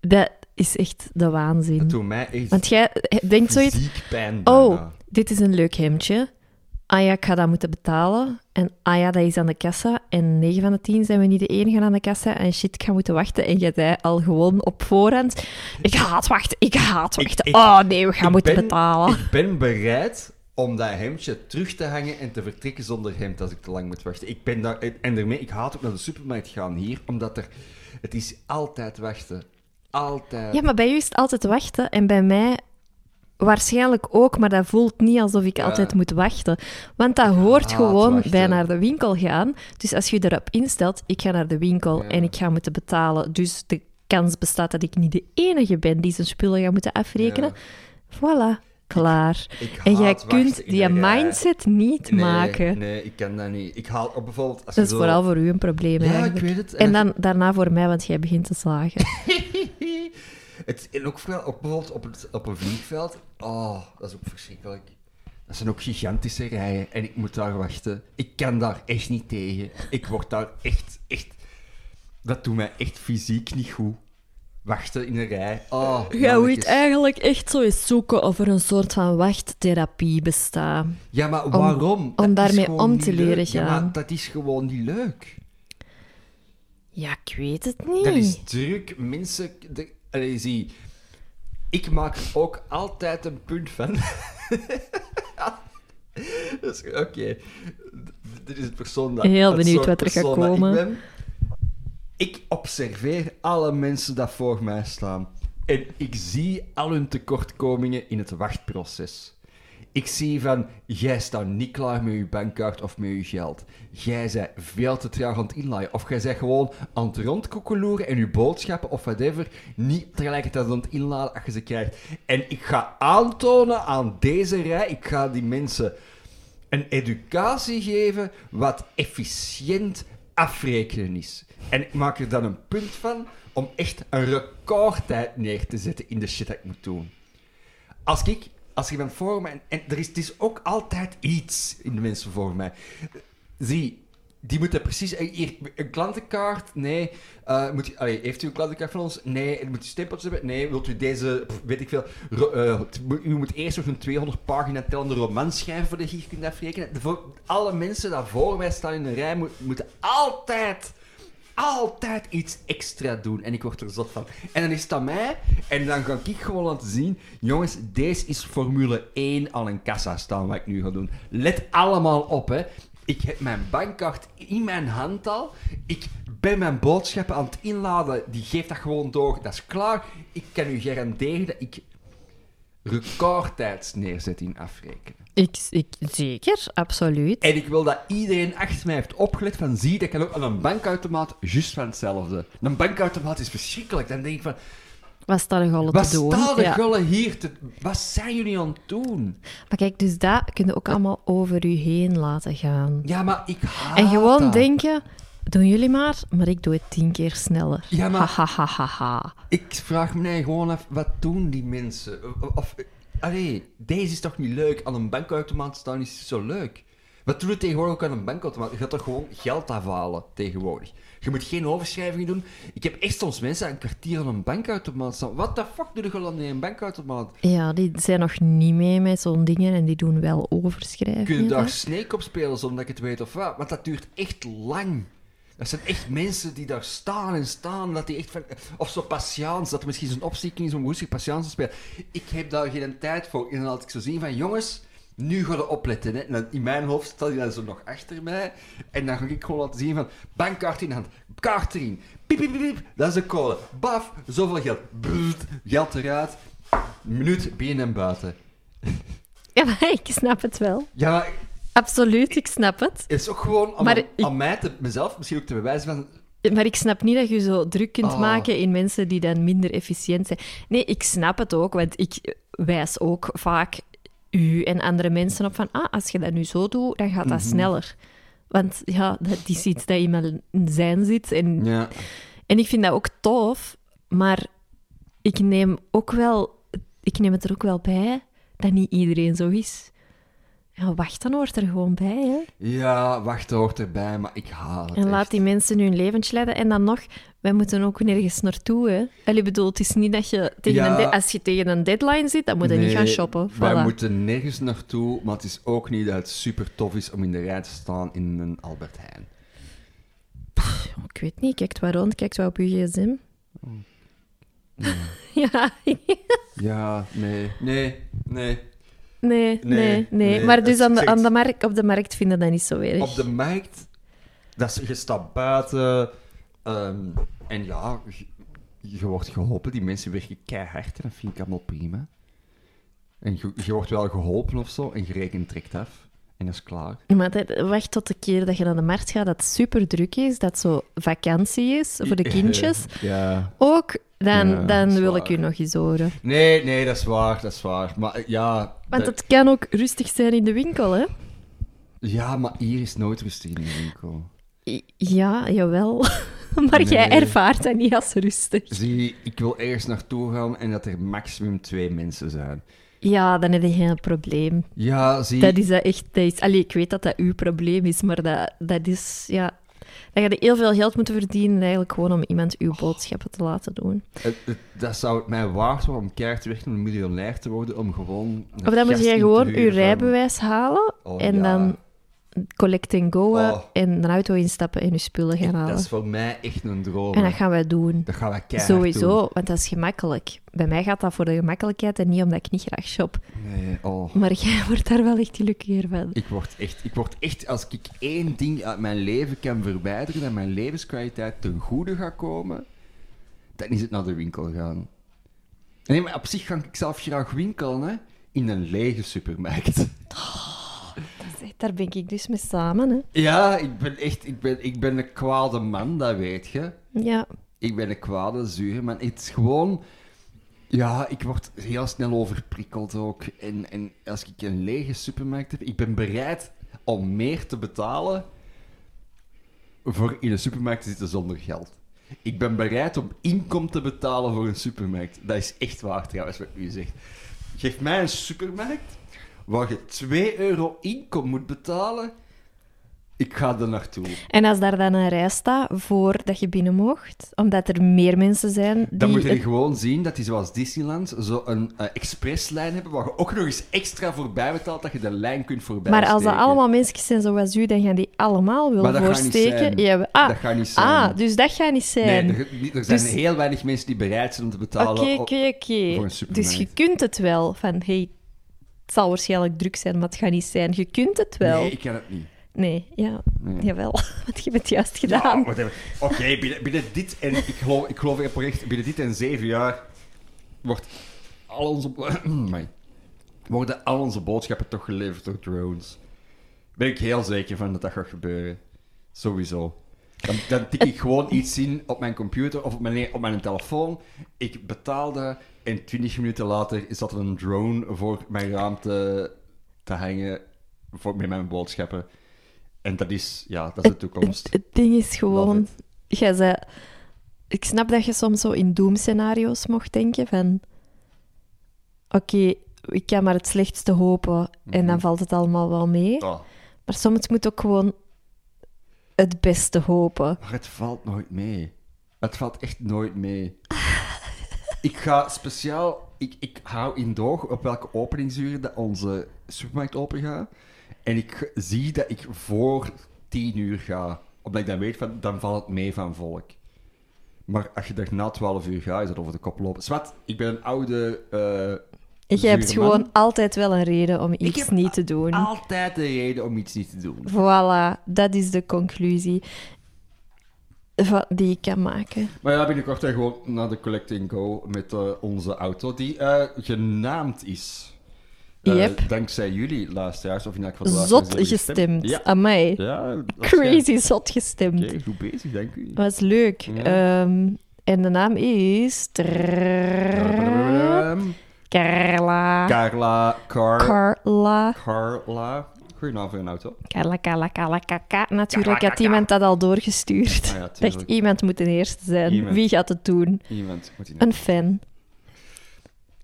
[SPEAKER 1] dat is echt de waanzin.
[SPEAKER 3] Het doet mij echt
[SPEAKER 1] Want jij eh, denkt zoiets...
[SPEAKER 3] fysiek pijn.
[SPEAKER 1] Oh,
[SPEAKER 3] bijna.
[SPEAKER 1] dit is een leuk hemdje. Ah ja, ik ga dat moeten betalen. En ah ja, dat is aan de kassa. En 9 van de 10 zijn we niet de enige aan de kassa. En shit, ik ga moeten wachten. En jij zei al gewoon op voorhand... Ik haat wachten, ik haat
[SPEAKER 3] Ik-
[SPEAKER 1] wachten.
[SPEAKER 3] ik-
[SPEAKER 1] oh nee, we gaan
[SPEAKER 3] ik
[SPEAKER 1] moeten
[SPEAKER 3] ben-
[SPEAKER 1] betalen.
[SPEAKER 3] Ik ben bereid om dat hemdje terug te hangen en te vertrekken zonder hemd als ik te lang moet wachten. Ik ben daar, en daarmee, ik haat ook naar de supermarkt gaan hier, omdat er, het is altijd wachten. Altijd.
[SPEAKER 1] Ja, maar bij jou is het altijd wachten. En bij mij waarschijnlijk ook. Maar dat voelt niet alsof ik altijd moet wachten. Want dat hoort
[SPEAKER 3] haat
[SPEAKER 1] gewoon
[SPEAKER 3] wachten.
[SPEAKER 1] bij naar de winkel gaan. Dus als je erop instelt, ik ga naar de winkel en ik ga moeten betalen. Dus de kans bestaat dat ik niet de enige ben die zijn spullen gaat moeten afrekenen. Voilà, klaar.
[SPEAKER 3] ik
[SPEAKER 1] en jij
[SPEAKER 3] haat wachten
[SPEAKER 1] kunt
[SPEAKER 3] in
[SPEAKER 1] die
[SPEAKER 3] een rij.
[SPEAKER 1] mindset niet
[SPEAKER 3] nee,
[SPEAKER 1] maken.
[SPEAKER 3] Nee, ik kan dat niet. Ik haal op bijvoorbeeld... Als je
[SPEAKER 1] Dat is
[SPEAKER 3] zo-
[SPEAKER 1] vooral voor u een probleem
[SPEAKER 3] Ja,
[SPEAKER 1] eigenlijk.
[SPEAKER 3] ik weet het.
[SPEAKER 1] En
[SPEAKER 3] En
[SPEAKER 1] dan daarna voor mij, want jij begint te slagen.
[SPEAKER 3] Het, en ook vooral op, bijvoorbeeld op, het, op een vliegveld. Oh, dat is ook verschrikkelijk. Dat zijn ook gigantische rijen en ik moet daar wachten. Ik kan daar echt niet tegen. Ik word daar echt, echt... Dat doet mij echt fysiek niet goed. Wachten in een rij. Oh,
[SPEAKER 1] Ja, hoe het
[SPEAKER 3] mannetjes.
[SPEAKER 1] eigenlijk echt zo is zoeken of er een soort van wachttherapie bestaat.
[SPEAKER 3] Ja, maar waarom?
[SPEAKER 1] om
[SPEAKER 3] Dat is
[SPEAKER 1] daarmee
[SPEAKER 3] gewoon
[SPEAKER 1] om
[SPEAKER 3] niet
[SPEAKER 1] te leren
[SPEAKER 3] leuk. Ja,
[SPEAKER 1] gaan.
[SPEAKER 3] maar dat is gewoon niet leuk.
[SPEAKER 1] Ja, ik weet het niet.
[SPEAKER 3] Dat is druk. Mensen... De, allee, zie. Ik maak er ook altijd een punt van. dus, Oké. D- Dit is het persoon dat...
[SPEAKER 1] Heel
[SPEAKER 3] het
[SPEAKER 1] benieuwd
[SPEAKER 3] soort
[SPEAKER 1] wat er gaat
[SPEAKER 3] persoon dat
[SPEAKER 1] komen.
[SPEAKER 3] Ik, ben. ik observeer alle mensen die voor mij staan. En ik zie al hun tekortkomingen in het wachtproces. Ik zie van, jij staat niet klaar met je bankkaart of met je geld. Jij bent veel te traag aan het inlaaien. Of jij bent gewoon aan het rondkoekeloeren en je boodschappen of whatever niet tegelijkertijd aan het inladen als je ze krijgt. En ik ga aantonen aan deze rij, ik ga die mensen een educatie geven wat efficiënt afrekenen is. En ik maak er dan een punt van om echt een recordtijd neer te zetten in de shit dat ik moet doen. Als ik, als ik ben voor mij, en, en er is, het is ook altijd iets in de mensen voor mij. Zie, die moeten precies. eh, Hier, een klantenkaart? Nee. Eh, moet, je- allee, heeft u een klantenkaart van ons? Nee. En Moet u stempeltjes hebben? Nee. Wilt u deze, pff, weet ik veel. ro- eh, t- moet- u moet eerst nog een 200 pagina tellende roman schrijven voordat je hier kunt afrekenen. De voor- alle mensen die voor mij staan in de rij moet- moeten altijd. Altijd iets extra doen en ik word er zot van. En dan is het aan mij, en dan ga ik gewoon laten zien: jongens, deze is Formule 1 al in kassa staan, wat ik nu ga doen. Let allemaal op, hè. Ik heb mijn bankkaart in mijn hand al. Ik ben mijn boodschappen aan het inladen. Die geeft dat gewoon door. Dat is klaar. Ik kan u garanderen dat ik recordtijds neerzet in afrekenen.
[SPEAKER 1] Ik, ik, zeker, absoluut.
[SPEAKER 3] En ik wil dat iedereen achter mij heeft opgelet van zie, dat kan ook aan een bankautomaat juist van hetzelfde. Een bankautomaat is verschrikkelijk. Dan denk ik van,
[SPEAKER 1] Wat staat er al
[SPEAKER 3] wat
[SPEAKER 1] te doen?
[SPEAKER 3] staan de
[SPEAKER 1] Ja.
[SPEAKER 3] gullen hier te... Wat zijn jullie aan het doen?
[SPEAKER 1] Maar kijk, dus dat kun je ook allemaal over je heen laten gaan.
[SPEAKER 3] Ja, maar ik haat
[SPEAKER 1] En gewoon
[SPEAKER 3] dat.
[SPEAKER 1] denken, doen jullie maar, maar ik doe het tien keer sneller.
[SPEAKER 3] Ja, maar-
[SPEAKER 1] Ha, ha, ha, ha, ha.
[SPEAKER 3] Ik vraag me nee, gewoon af, wat doen die mensen? Of, of- allee, deze is toch niet leuk? Aan een bankautomaat staan is zo leuk. Wat doe je tegenwoordig ook aan een bankautomaat? Je gaat toch gewoon geld afhalen tegenwoordig? Je moet geen overschrijvingen doen. Ik heb echt soms mensen een kwartier aan een bankautomaat staan. Wat de fuck doe je gewoon aan een bankautomaat?
[SPEAKER 1] Ja, die zijn nog niet mee met zo'n dingen en die doen wel overschrijven.
[SPEAKER 3] Kun je daar Snake op spelen zonder dat ik het weet of wat? Want dat duurt echt lang. Dat zijn echt mensen die daar staan en staan. Dat die echt van, of zo patiëns, dat er misschien zo'n opsteking is om woensdag patiëns te spelen. Ik heb daar geen tijd voor. En dan had ik zo zien van, jongens, nu ga je opletten. Hè. En dan in mijn hoofd staat hij dan zo nog achter mij. En dan ga ik gewoon laten zien van, bankkaart in hand, kaart erin. Piep, piep, piep, piep. dat is de code. Baf, zoveel geld. Brrrt, geld eruit. Minuut, binnen en buiten.
[SPEAKER 1] Ja, maar ik snap het wel.
[SPEAKER 3] Ja, maar
[SPEAKER 1] Absoluut, ik snap het.
[SPEAKER 3] Het is ook gewoon om
[SPEAKER 1] Maar
[SPEAKER 3] aan,
[SPEAKER 1] ik-
[SPEAKER 3] aan mij, te, mezelf misschien ook te bewijzen van...
[SPEAKER 1] Maar ik snap niet dat je zo druk kunt
[SPEAKER 3] Oh.
[SPEAKER 1] maken in mensen die dan minder efficiënt zijn. Nee, ik snap het ook, want ik wijs ook vaak u en andere mensen op van, ah, als je dat nu zo doet, dan gaat dat
[SPEAKER 3] Mhm.
[SPEAKER 1] sneller. Want ja, dat is iets dat in mijn zijn zit en
[SPEAKER 3] Ja.
[SPEAKER 1] En ik vind dat ook tof, maar ik neem, ook wel, ik neem het er ook wel bij dat niet iedereen zo is. Ja, wacht, dan hoort er gewoon bij. Hè?
[SPEAKER 3] ja, wacht, dat hoort erbij, maar ik haal het
[SPEAKER 1] En
[SPEAKER 3] echt.
[SPEAKER 1] laat die mensen hun leventje leiden. En dan nog, wij moeten ook nergens naartoe. Hè? Allee, ik bedoel, het is niet dat je tegen
[SPEAKER 3] Ja.
[SPEAKER 1] een de- als je tegen een deadline zit, dan moet je
[SPEAKER 3] Nee,
[SPEAKER 1] niet gaan shoppen. Voilà.
[SPEAKER 3] Wij moeten nergens naartoe, maar het is ook niet dat het super tof is om in de rij te staan in een Albert Heijn.
[SPEAKER 1] Ik weet niet, kijkt waar rond, kijkt wel op je gsm. Ja,
[SPEAKER 3] Ja, nee. Nee, nee.
[SPEAKER 1] nee, nee, nee,
[SPEAKER 3] nee,
[SPEAKER 1] Maar
[SPEAKER 3] het
[SPEAKER 1] dus aan de,
[SPEAKER 3] zegt-
[SPEAKER 1] aan de markt, op de markt vinden dat niet zo erg.
[SPEAKER 3] Op de markt, dat is, je staat buiten ehm, en ja, je, je wordt geholpen. Die mensen werken keihard en dat vind ik allemaal prima. En je, je wordt wel geholpen of zo en je rekening trekt af en dat is klaar.
[SPEAKER 1] Maar dat, wacht tot de keer dat je naar de markt gaat, dat het super druk is, dat zo vakantie is voor de kindjes.
[SPEAKER 3] Eh, Ja.
[SPEAKER 1] Ook, dan,
[SPEAKER 3] Ja,
[SPEAKER 1] dan
[SPEAKER 3] dat is
[SPEAKER 1] wil
[SPEAKER 3] waar.
[SPEAKER 1] ik u nog eens horen.
[SPEAKER 3] Nee, nee, dat is waar, dat is waar. Maar eh, ja...
[SPEAKER 1] Want
[SPEAKER 3] dat-
[SPEAKER 1] het kan ook rustig zijn in de winkel, hè?
[SPEAKER 3] Ja, maar hier is nooit rustig in de winkel.
[SPEAKER 1] I- Ja, jawel. Maar jij
[SPEAKER 3] Nee.
[SPEAKER 1] ervaart dat niet als rustig.
[SPEAKER 3] Zie, ik wil ergens naartoe gaan en dat er maximum twee mensen zijn.
[SPEAKER 1] Ja, dan heb je geen probleem.
[SPEAKER 3] Ja, zie...
[SPEAKER 1] Dat is dat echt. Dat is, allee, ik weet dat dat uw probleem is, maar dat, dat is. Ja, dan ga je heel veel geld moeten verdienen, eigenlijk gewoon om iemand uw
[SPEAKER 3] Oh.
[SPEAKER 1] boodschappen te laten doen.
[SPEAKER 3] Het- het- dat zou het mij waard worden om keihard te werken om miljonair te worden, om gewoon...
[SPEAKER 1] Of dan moet jij gewoon je rijbewijs halen
[SPEAKER 3] Oh,
[SPEAKER 1] en
[SPEAKER 3] ja.
[SPEAKER 1] dan collect en goen
[SPEAKER 3] Oh.
[SPEAKER 1] en een auto instappen en je spullen gaan halen.
[SPEAKER 3] Dat is voor mij echt een droom.
[SPEAKER 1] En dat gaan wij doen.
[SPEAKER 3] Dat gaan we keihard
[SPEAKER 1] Sowieso, want dat is gemakkelijk. Bij mij gaat dat voor de gemakkelijkheid en niet omdat ik niet graag shop.
[SPEAKER 3] doen. Nee, oh.
[SPEAKER 1] Maar jij wordt daar wel echt gelukkiger van.
[SPEAKER 3] Ik word, echt, ik word echt, als ik één ding uit mijn leven kan verwijderen, dat mijn levenskwaliteit ten goede gaat komen, dan is het naar de winkel gaan. Nee, maar op zich ga ik zelf graag winkelen, hè. In een lege supermarkt.
[SPEAKER 1] Dat is echt- Daar ben ik dus mee samen. Hè.
[SPEAKER 3] Ja, ik ben echt, ik ben, ik ben een kwade man, dat weet je.
[SPEAKER 1] Ja.
[SPEAKER 3] Ik ben een kwade zuur, maar het is gewoon... Ja, ik word heel snel overprikkeld ook. En, en als ik een lege supermarkt heb, ik ben bereid om meer te betalen voor in een supermarkt te zitten zonder geld. Ik ben bereid om inkom te betalen voor een supermarkt. Dat is echt waar trouwens, wat u zegt. Geef mij een supermarkt waar je 2 euro inkom moet betalen. Ik ga er naartoe.
[SPEAKER 1] En als daar dan een rij staat voordat je binnen mocht, omdat er meer mensen zijn die...
[SPEAKER 3] Dan moet je
[SPEAKER 1] het-
[SPEAKER 3] gewoon zien dat die zoals Disneyland zo'n eh, expresslijn hebben waar je ook nog eens extra voorbij betaalt dat je de lijn kunt voorbij
[SPEAKER 1] Maar als dat
[SPEAKER 3] steken.
[SPEAKER 1] allemaal mensen zijn zoals u, dan gaan die allemaal willen
[SPEAKER 3] Maar dat gaat niet
[SPEAKER 1] voorsteken.
[SPEAKER 3] zijn.
[SPEAKER 1] Ja, we- ah,
[SPEAKER 3] Dat gaat niet zijn.
[SPEAKER 1] ah, dus dat gaat niet zijn.
[SPEAKER 3] Nee, er, er zijn
[SPEAKER 1] Dus-
[SPEAKER 3] heel weinig mensen die bereid zijn om te betalen.
[SPEAKER 1] Oké,
[SPEAKER 3] op-
[SPEAKER 1] oké,
[SPEAKER 3] voor
[SPEAKER 1] oké.
[SPEAKER 3] een
[SPEAKER 1] Dus je
[SPEAKER 3] supermarkt.
[SPEAKER 1] kunt het wel. Van, hey, het zal waarschijnlijk druk zijn, maar het gaat niet zijn. Je kunt het wel.
[SPEAKER 3] Nee,
[SPEAKER 1] Nee,
[SPEAKER 3] ik kan het niet.
[SPEAKER 1] ja,
[SPEAKER 3] Nee.
[SPEAKER 1] jawel. Want je hebt het juist
[SPEAKER 3] Ja,
[SPEAKER 1] gedaan.
[SPEAKER 3] whatever. Oké, binnen, binnen dit en... Ik geloof, ik geloof oprecht, binnen dit en zeven jaar wordt al onze, Mm, Amai. worden al onze boodschappen toch geleverd door drones. ben ik heel zeker van dat dat gaat gebeuren. Sowieso. Dan, dan tik ik gewoon iets in op mijn computer of op mijn, op mijn telefoon. Ik betaalde en 20 minuten later zat er een drone voor mijn raam te, te hangen voor, met mijn boodschappen. En dat is, ja, dat is de toekomst.
[SPEAKER 1] Het, het ding is
[SPEAKER 3] Love
[SPEAKER 1] gewoon...
[SPEAKER 3] it.
[SPEAKER 1] Jij zei, ik snap dat je soms zo in doemscenario's mocht denken van... Oké, ik kan maar het slechtste hopen en
[SPEAKER 3] Mhm.
[SPEAKER 1] dan valt het allemaal wel mee.
[SPEAKER 3] Oh,
[SPEAKER 1] Maar soms moet ook gewoon het beste hopen.
[SPEAKER 3] maar het valt nooit mee. Het valt echt nooit mee. Ik ga speciaal... Ik, ik hou in doog op welke openingsuren dat onze supermarkt open gaat. En ik zie dat ik voor tien uur ga. Omdat ik dan weet, van, dan valt het mee van volk. Maar als je er na 12 uur gaat, is dat over de kop lopen. Zwat, ik ben een oude... eh,
[SPEAKER 1] En je hebt
[SPEAKER 3] zure man.
[SPEAKER 1] gewoon altijd wel een reden om
[SPEAKER 3] Ik
[SPEAKER 1] iets
[SPEAKER 3] heb
[SPEAKER 1] niet te doen.
[SPEAKER 3] Altijd de reden om iets niet te doen.
[SPEAKER 1] Voilà, dat is de conclusie va- die ik kan maken.
[SPEAKER 3] Maar ja, binnenkort gaan we gewoon naar de Collect and Go met eh, onze auto, die eh, genaamd is. Eh,
[SPEAKER 1] Yep.
[SPEAKER 3] Dankzij jullie luisteraars, of in elk geval de luisteraars
[SPEAKER 1] Zot
[SPEAKER 3] die hebben
[SPEAKER 1] gestemd.
[SPEAKER 3] Ja,
[SPEAKER 1] Amai.
[SPEAKER 3] ja dat is-
[SPEAKER 1] Crazy zot gestemd.
[SPEAKER 3] Oké, goed bezig, dank u.
[SPEAKER 1] Was leuk.
[SPEAKER 3] Ja.
[SPEAKER 1] Ehm, en de naam is... Carla.
[SPEAKER 3] Carla, Car,
[SPEAKER 1] Carla.
[SPEAKER 3] Carla. Goeie naam voor een auto.
[SPEAKER 1] Kala, kala, kala, kaka. Natuurlijk had iemand dat al doorgestuurd.
[SPEAKER 3] Ah ja,
[SPEAKER 1] Ik dacht,
[SPEAKER 3] tuurlijk.
[SPEAKER 1] iemand moet de eerste zijn.
[SPEAKER 3] Iemand.
[SPEAKER 1] Wie gaat het doen?
[SPEAKER 3] Iemand moet die naam.
[SPEAKER 1] Een fan.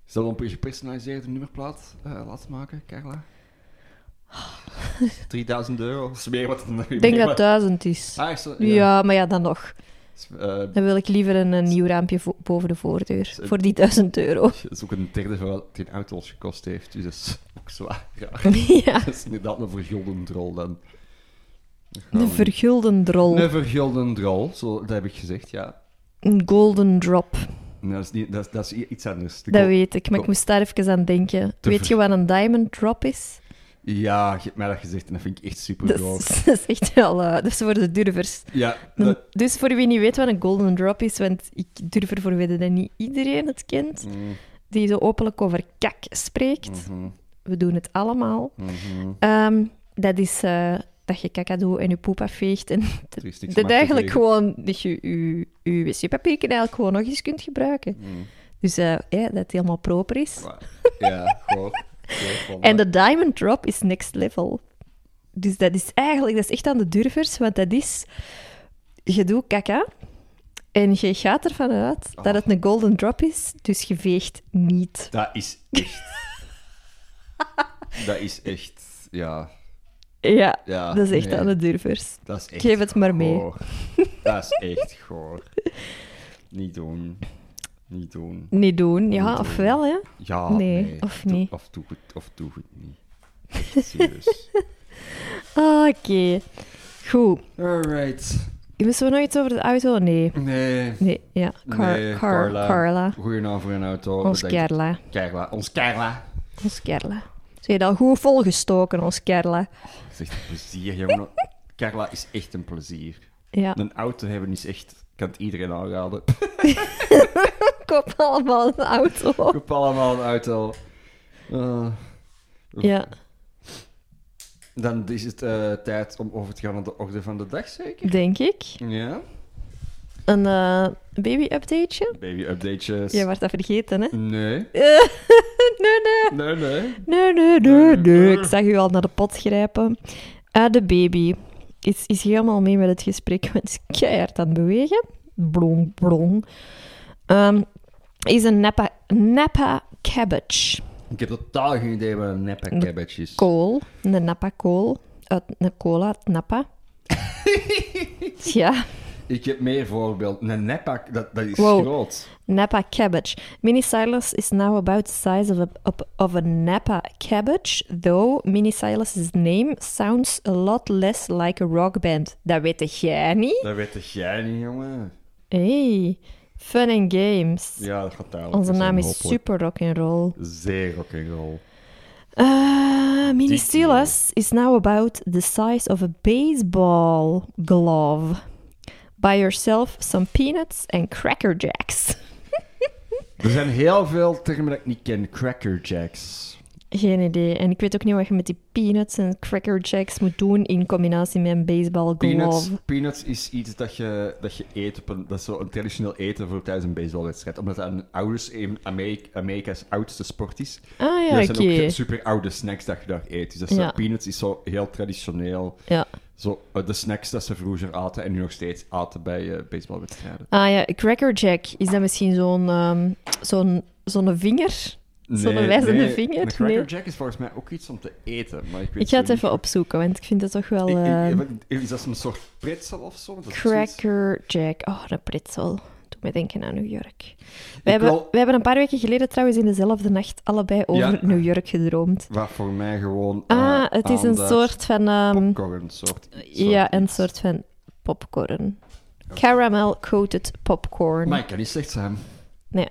[SPEAKER 3] Zullen we een gepersonaliseerde nummerplaat eh, laten maken, Carla? 3000 euro, is meer wat dan
[SPEAKER 1] Ik denk dat duizend is.
[SPEAKER 3] Ah, is dat-
[SPEAKER 1] Ja. maar ja, dan nog.
[SPEAKER 3] Is, eh,
[SPEAKER 1] Dan wil ik liever een, een nieuw raampje vo- boven de voordeur.
[SPEAKER 3] Zo.
[SPEAKER 1] Voor die duizend euro.
[SPEAKER 3] Dat is ook een derde van wat die auto ons gekost heeft. Dus dat is ook zwaar raar.
[SPEAKER 1] ja,
[SPEAKER 3] Dat is inderdaad een vergulden drol dan.
[SPEAKER 1] een vergulden drol.
[SPEAKER 3] Een vergulden drol, zo, dat heb ik gezegd, ja.
[SPEAKER 1] Een golden drop.
[SPEAKER 3] Nee, dat, is niet, dat, is, dat is i- iets anders. De
[SPEAKER 1] Dat
[SPEAKER 3] go-
[SPEAKER 1] weet ik, maar ik
[SPEAKER 3] Kom.
[SPEAKER 1] moest daar even aan denken.
[SPEAKER 3] Te
[SPEAKER 1] Weet
[SPEAKER 3] ver-
[SPEAKER 1] je wat een diamond drop is?
[SPEAKER 3] Ja, je hebt mij dat gezegd en dat vind ik echt super
[SPEAKER 1] Dat
[SPEAKER 3] droog.
[SPEAKER 1] is, Dus dat is echt wel... eh, dat is voor de durvers.
[SPEAKER 3] Ja,
[SPEAKER 1] Een-
[SPEAKER 3] dat,
[SPEAKER 1] Dus voor wie niet weet wat een golden drop is, want ik durf ervoor weten dat niet iedereen het kent,
[SPEAKER 3] Mm,
[SPEAKER 1] die zo openlijk over kak spreekt.
[SPEAKER 3] mhm,
[SPEAKER 1] We doen het allemaal.
[SPEAKER 3] mhm.
[SPEAKER 1] Ehm, dat is eh, dat je kaka doet en je poep afveegt. En
[SPEAKER 3] Er is niks
[SPEAKER 1] dat
[SPEAKER 3] maar
[SPEAKER 1] eigenlijk
[SPEAKER 3] te
[SPEAKER 1] gewoon, dat je je, je wc-papier eigenlijk gewoon nog eens kunt gebruiken.
[SPEAKER 3] Mm.
[SPEAKER 1] Dus eh, ja, dat het helemaal proper is.
[SPEAKER 3] zeggen. Maar- Ja, gewoon. gewoon
[SPEAKER 1] En de diamond drop is next level. Dus dat is eigenlijk, dat is echt aan de durvers, want dat is, je doet kaka en je gaat ervan uit
[SPEAKER 3] Ah.
[SPEAKER 1] dat het een golden drop is, dus je veegt niet.
[SPEAKER 3] Dat is echt... dat is echt... Ja,
[SPEAKER 1] Ja,
[SPEAKER 3] ja.
[SPEAKER 1] Ah, dat is echt
[SPEAKER 3] nee.
[SPEAKER 1] aan de durvers.
[SPEAKER 3] Dat is echt
[SPEAKER 1] Geef het maar mee.
[SPEAKER 3] goor. Dat is echt goor. Niet doen. Niet doen.
[SPEAKER 1] Niet doen, ja,
[SPEAKER 3] Niet doen.
[SPEAKER 1] ofwel hè.
[SPEAKER 3] Ja,
[SPEAKER 1] Nee,
[SPEAKER 3] nee.
[SPEAKER 1] of
[SPEAKER 3] Doe-
[SPEAKER 1] niet.
[SPEAKER 3] Of doe het, of doe het niet. Echt serieus.
[SPEAKER 1] Ah, Oké, goed.
[SPEAKER 3] Alright.
[SPEAKER 1] Moesten we nog iets over de auto? Nee.
[SPEAKER 3] Nee.
[SPEAKER 1] Nee, ja. Car,
[SPEAKER 3] Nee,
[SPEAKER 1] car, Carla.
[SPEAKER 3] Carla. Oh, Goeie naam voor een auto.
[SPEAKER 1] Ons
[SPEAKER 3] Bedankt.
[SPEAKER 1] Carla.
[SPEAKER 3] Carla. Ons Carla.
[SPEAKER 1] Ons Carla. Ze heeft al goed volgestoken, ons Carla.
[SPEAKER 3] Dat is echt een plezier, jongen. Carla is echt een plezier.
[SPEAKER 1] Ja.
[SPEAKER 3] Een auto hebben is echt... Kan het iedereen aanraden.
[SPEAKER 1] Koop allemaal een auto.
[SPEAKER 3] Koop allemaal een auto. Eh,
[SPEAKER 1] Ja.
[SPEAKER 3] dan is het eh, tijd om over te gaan naar de orde van de dag, zeker?
[SPEAKER 1] Denk ik.
[SPEAKER 3] Ja.
[SPEAKER 1] Een eh, baby-updateje?
[SPEAKER 3] Baby-updates.
[SPEAKER 1] Je werd dat vergeten, hè?
[SPEAKER 3] Nee.
[SPEAKER 1] Eh, nee, nee,
[SPEAKER 3] Nee, nee.
[SPEAKER 1] nee, nee, nee, nee. Ik zag u al naar Ah, de pot grijpen. Eh, de baby. is, is helemaal mee met het gesprek, want het is keihard aan het bewegen. Blong, blong. Ehm, is een Napa, Napa cabbage.
[SPEAKER 3] Ik heb totaal geen idee wat een neppe cabbage is.
[SPEAKER 1] Kool, een Napa kool. Uit een cola uit Napa. ja,
[SPEAKER 3] Ik heb meer voorbeeld. Een neppa, dat, dat is
[SPEAKER 1] Wow.
[SPEAKER 3] groot.
[SPEAKER 1] Napa cabbage. Mini Silas is now about the size of a, of, of a Napa cabbage, though Mini Silas' name sounds a lot less like a rock band. Dat weet jij niet?
[SPEAKER 3] Dat weet jij niet, jongen.
[SPEAKER 1] Hey, fun and games.
[SPEAKER 3] Ja, dat gaat duidelijk.
[SPEAKER 1] Onze
[SPEAKER 3] zijn,
[SPEAKER 1] naam is
[SPEAKER 3] hopelijk.
[SPEAKER 1] super rock'n'roll.
[SPEAKER 3] Zeer rock'n'roll.
[SPEAKER 1] Uh, Mini
[SPEAKER 3] Dik,
[SPEAKER 1] Silas is now about the size of a baseball glove. Buy yourself some peanuts and cracker jacks.
[SPEAKER 3] Er zijn heel veel termen dat ik niet ken. Cracker Jacks.
[SPEAKER 1] Geen idee. En ik weet ook niet wat je met die peanuts en cracker jacks moet doen in combinatie met een baseball
[SPEAKER 3] Peanuts,
[SPEAKER 1] glove.
[SPEAKER 3] peanuts is iets dat je, dat je eet op een, dat is zo een traditioneel eten voor tijdens een baseballwedstrijd. Omdat dat een ouders in Amerika, Amerika's oudste sport is.
[SPEAKER 1] Ah ja,
[SPEAKER 3] dat
[SPEAKER 1] oké.
[SPEAKER 3] zijn ook super oude snacks dat je daar eet. Dus dat is zo-
[SPEAKER 1] Ja.
[SPEAKER 3] peanuts is zo heel traditioneel.
[SPEAKER 1] Ja.
[SPEAKER 3] Zo, eh, de snacks dat ze vroeger aten en nu nog steeds aten bij eh, baseballwedstrijden.
[SPEAKER 1] Ah ja, cracker jack. Is dat misschien zo'n ehm, zo'n zo'n vinger? Zo'n wijzende
[SPEAKER 3] nee,
[SPEAKER 1] vinger?
[SPEAKER 3] Een Cracker
[SPEAKER 1] Nee.
[SPEAKER 3] Jack is volgens mij ook iets om te eten. Maar ik, weet
[SPEAKER 1] Ik ga
[SPEAKER 3] zo
[SPEAKER 1] het
[SPEAKER 3] niet-
[SPEAKER 1] even opzoeken, want ik vind dat toch wel...
[SPEAKER 3] Ik- ik-
[SPEAKER 1] ehm,
[SPEAKER 3] is dat een soort pretzel of zo? Dat is zoiets-
[SPEAKER 1] Cracker Jack. Oh, dat pretzel. Doet mij denken aan New York. We
[SPEAKER 3] Ik
[SPEAKER 1] hebben,
[SPEAKER 3] wil-
[SPEAKER 1] we hebben een paar weken geleden trouwens in dezelfde nacht allebei over
[SPEAKER 3] Ja.
[SPEAKER 1] New York gedroomd.
[SPEAKER 3] Wat voor mij gewoon. eh,
[SPEAKER 1] Ah, het is een
[SPEAKER 3] aanduidt
[SPEAKER 1] soort van... ehm,
[SPEAKER 3] Popcorn, soort. soort
[SPEAKER 1] ja, een
[SPEAKER 3] iets.
[SPEAKER 1] soort van popcorn. Caramel-coated popcorn.
[SPEAKER 3] Maar ik kan niet slecht zijn.
[SPEAKER 1] Nee,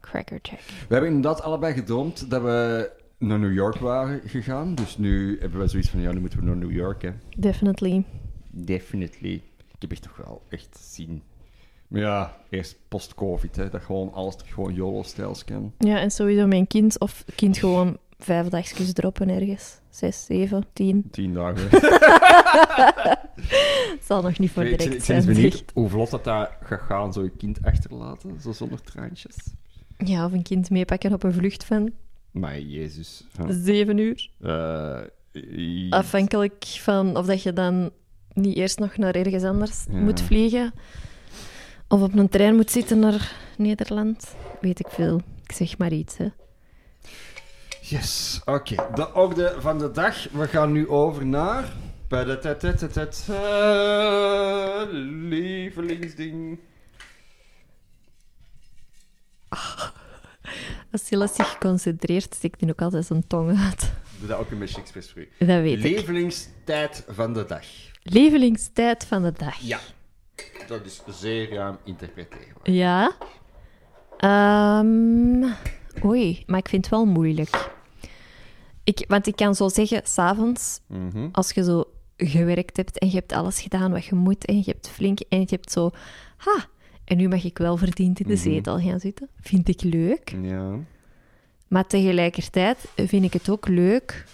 [SPEAKER 1] Cracker Jack.
[SPEAKER 3] We hebben inderdaad allebei gedroomd dat we naar New York waren gegaan. Dus nu hebben we zoiets van: ja, nu moeten we naar New York, hè?
[SPEAKER 1] Definitely.
[SPEAKER 3] Definitely. Ik heb echt toch wel echt zin. Maar ja, eerst post-COVID, hè? Dat gewoon alles terug gewoon YOLO-stijls kan.
[SPEAKER 1] Ja, en sowieso mijn kind of kind gewoon vijf dagjes droppen ergens. Zes, zeven, tien.
[SPEAKER 3] Tien dagen.
[SPEAKER 1] Het zal nog niet voor
[SPEAKER 3] Ik ben-
[SPEAKER 1] direct
[SPEAKER 3] ik ben eens
[SPEAKER 1] zijn.
[SPEAKER 3] benieuwd
[SPEAKER 1] zeg.
[SPEAKER 3] hoe vlot dat daar gaat gaan, zo je kind achterlaten, zo zonder traantjes.
[SPEAKER 1] Ja, of een kind meepakken op een vlucht van
[SPEAKER 3] Maar jezus.
[SPEAKER 1] Dus-
[SPEAKER 3] Ja.
[SPEAKER 1] zeven uur.
[SPEAKER 3] Eh,
[SPEAKER 1] Afhankelijk van of dat je dan niet eerst nog naar ergens anders
[SPEAKER 3] Ja.
[SPEAKER 1] moet vliegen. Of op een trein moet zitten naar Nederland. Weet ik veel. Ik zeg maar iets, hè.
[SPEAKER 3] Yes, oké. De orde van de dag. We gaan nu over naar... Padatatatatatat, eh, Lievelingsding.
[SPEAKER 1] Als Silas zich concentreert, steekt hij ook altijd zijn tong uit.
[SPEAKER 3] Ik Doe dat ook een beetje expres voor u.
[SPEAKER 1] Dat weet ik.
[SPEAKER 3] Levelingstijd van de dag.
[SPEAKER 1] Levelingstijd van de dag.
[SPEAKER 3] Ja. Dat is zeer ruim interpreteerbaar.
[SPEAKER 1] Ja? Ehm, oei, maar ik vind het wel moeilijk. Ik, want ik kan zo zeggen, s'avonds, als je zo gewerkt hebt en je hebt alles gedaan wat je moet en je hebt flink en je hebt zo, ha, en nu mag ik wel verdiend in de zetel gaan zitten. Vind ik leuk.
[SPEAKER 3] Ja.
[SPEAKER 1] Maar tegelijkertijd vind ik het ook leuk.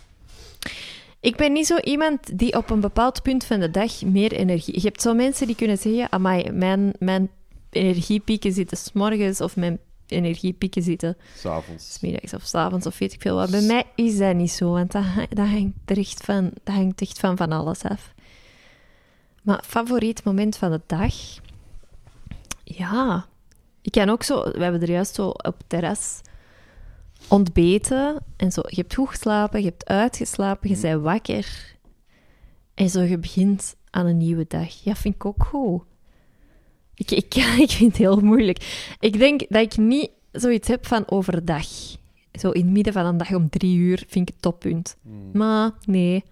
[SPEAKER 1] Ik ben niet zo iemand die op een bepaald punt van de dag meer energie... Je hebt zo mensen die kunnen zeggen... Amai, mijn, mijn energiepieken zitten s'morgens of mijn energiepieken zitten
[SPEAKER 3] S'avonds.
[SPEAKER 1] middags of s'avonds of weet ik veel wat. Bij mij is dat niet zo, want dat, hang- dat, hangt, er echt van, dat hangt echt van van alles af. Maar favoriet moment van de dag? Ja. Ik kan ook zo... We hebben er juist zo op het terras ontbeten. En zo, je hebt goed geslapen, je hebt uitgeslapen, je bent wakker. En zo, je begint aan een nieuwe dag. Ja, vind ik ook goed. Ik, ik, ik vind het heel moeilijk. Ik denk dat ik niet zoiets heb van overdag. Zo in het midden van een dag om drie uur vind ik het toppunt.
[SPEAKER 3] Hmm.
[SPEAKER 1] Maar nee.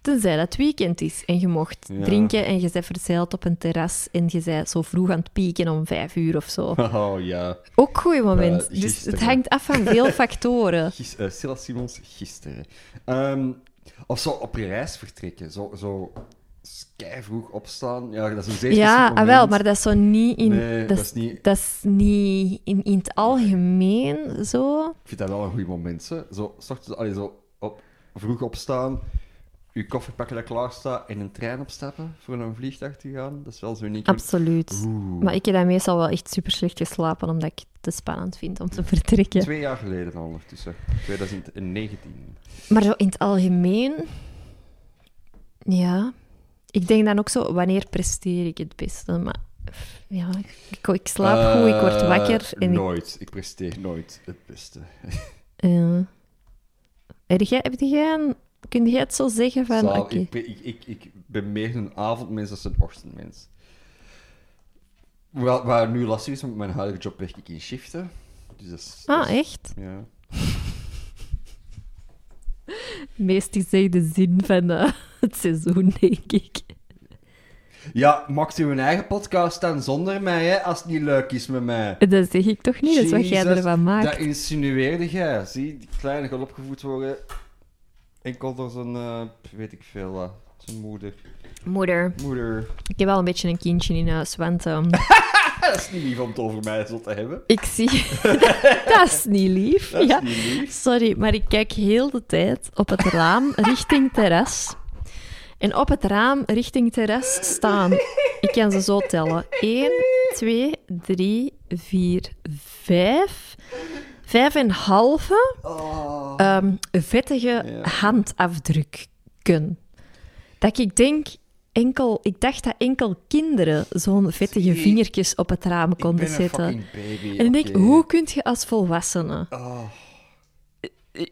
[SPEAKER 1] Tenzij dat het weekend is en je mocht
[SPEAKER 3] Ja.
[SPEAKER 1] drinken en je bent verzeild op een terras en je bent zo vroeg aan het pieken om vijf uur of zo.
[SPEAKER 3] Oh ja.
[SPEAKER 1] Ook goeie moment. dus
[SPEAKER 3] Eh,
[SPEAKER 1] het
[SPEAKER 3] gisteren.
[SPEAKER 1] hangt af van veel factoren.
[SPEAKER 3] Gis, eh, Silas Simons gisteren. Ehm, of zo op je reis vertrekken. Zo, zo sky vroeg opstaan. Ja, dat is een zeer specifiek
[SPEAKER 1] Ja, ah,
[SPEAKER 3] moment.
[SPEAKER 1] wel, maar dat is zo niet in...
[SPEAKER 3] Nee, dat is niet-
[SPEAKER 1] dat is niet in, in het algemeen zo.
[SPEAKER 3] Ik vind dat wel een goed moment. Hè. Zo, s ochtends, allee, zo op, vroeg opstaan, je koffer pakken dat klaar staat en een trein opstappen voor naar een vliegtuig te gaan. Dat is wel zo uniek.
[SPEAKER 1] Absoluut.
[SPEAKER 3] Oeh.
[SPEAKER 1] Maar ik heb daar meestal wel echt super slecht geslapen, omdat ik het te spannend vind om te vertrekken.
[SPEAKER 3] Twee jaar geleden al ondertussen. 2019.
[SPEAKER 1] Maar zo in het algemeen... Ja. Ik denk dan ook zo, wanneer presteer ik het beste? Maar ja, ik, ik slaap goed, ik word
[SPEAKER 3] Eh,
[SPEAKER 1] wakker. En ik,
[SPEAKER 3] Nooit. Ik presteer nooit het beste.
[SPEAKER 1] ja. eh. Heb jij, heb jij een- kun jij het zo zeggen van...
[SPEAKER 3] Zaal-
[SPEAKER 1] Oké,
[SPEAKER 3] ik, pre- ik, ik, ik ben meer een avondmens dan een ochtendmens. Wel, waar nu lastig is, want mijn huidige job werk ik in shiften. Dus dat is, dat
[SPEAKER 1] ah,
[SPEAKER 3] is-
[SPEAKER 1] echt?
[SPEAKER 3] Ja.
[SPEAKER 1] Meest gezegde zin van eh, het seizoen, denk ik.
[SPEAKER 3] ja, maakt u een eigen podcast dan zonder mij, hè, als het niet leuk is met mij.
[SPEAKER 1] Dat zeg ik toch niet, dat is wat jij
[SPEAKER 3] Jezus,
[SPEAKER 1] ervan maakt.
[SPEAKER 3] Dat insinueerde jij. Zie, die kleine gaat opgevoed worden. Enkel door zijn, eh, weet ik veel wat. Zijn moeder.
[SPEAKER 1] Moeder,
[SPEAKER 3] Moeder.
[SPEAKER 1] ik heb wel een beetje een kindje in huis, want ehm,
[SPEAKER 3] Ah, dat is niet lief om het over mij zo te hebben.
[SPEAKER 1] ik zie... dat is niet lief.
[SPEAKER 3] Dat is
[SPEAKER 1] ja.
[SPEAKER 3] niet lief.
[SPEAKER 1] Sorry, maar ik kijk heel de tijd op het raam richting terras. En op het raam richting terras staan. Ik kan ze zo tellen. 1, 2, 3, 4, 5. Vijf en halve
[SPEAKER 3] Oh.
[SPEAKER 1] ehm, vettige
[SPEAKER 3] Ja.
[SPEAKER 1] handafdrukken. Dat ik denk, enkel, ik dacht dat enkel kinderen zo'n vettige
[SPEAKER 3] Zie,
[SPEAKER 1] vingertjes op het raam
[SPEAKER 3] Ik
[SPEAKER 1] konden
[SPEAKER 3] ben een
[SPEAKER 1] zetten.
[SPEAKER 3] fucking baby.
[SPEAKER 1] En ik denk,
[SPEAKER 3] oké.
[SPEAKER 1] hoe kun je als volwassene
[SPEAKER 3] Oh.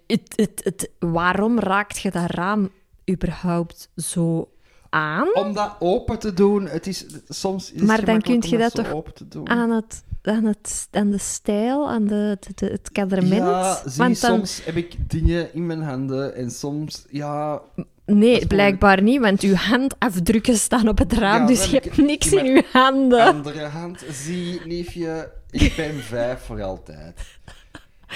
[SPEAKER 1] het, het, het, waarom raakt je dat raam überhaupt zo aan?
[SPEAKER 3] Om dat open te doen, het is soms. Is het
[SPEAKER 1] Maar dan
[SPEAKER 3] gemakkelijk
[SPEAKER 1] kun je
[SPEAKER 3] om
[SPEAKER 1] dat
[SPEAKER 3] zo
[SPEAKER 1] toch
[SPEAKER 3] open te doen.
[SPEAKER 1] Aan, het, aan, het, aan de stijl, aan de, de- de- het kadrement?
[SPEAKER 3] Ja, zie,
[SPEAKER 1] Want dan,
[SPEAKER 3] soms heb ik dingen in mijn handen en soms, ja...
[SPEAKER 1] nee,
[SPEAKER 3] gewoon-
[SPEAKER 1] blijkbaar niet, want uw handafdrukken staan op het raam,
[SPEAKER 3] Ja,
[SPEAKER 1] dus
[SPEAKER 3] dan
[SPEAKER 1] je
[SPEAKER 3] heb
[SPEAKER 1] hebt
[SPEAKER 3] ik-
[SPEAKER 1] niks
[SPEAKER 3] maar-
[SPEAKER 1] in uw handen.
[SPEAKER 3] Andere hand, zie, liefje, ik ben vijf voor altijd.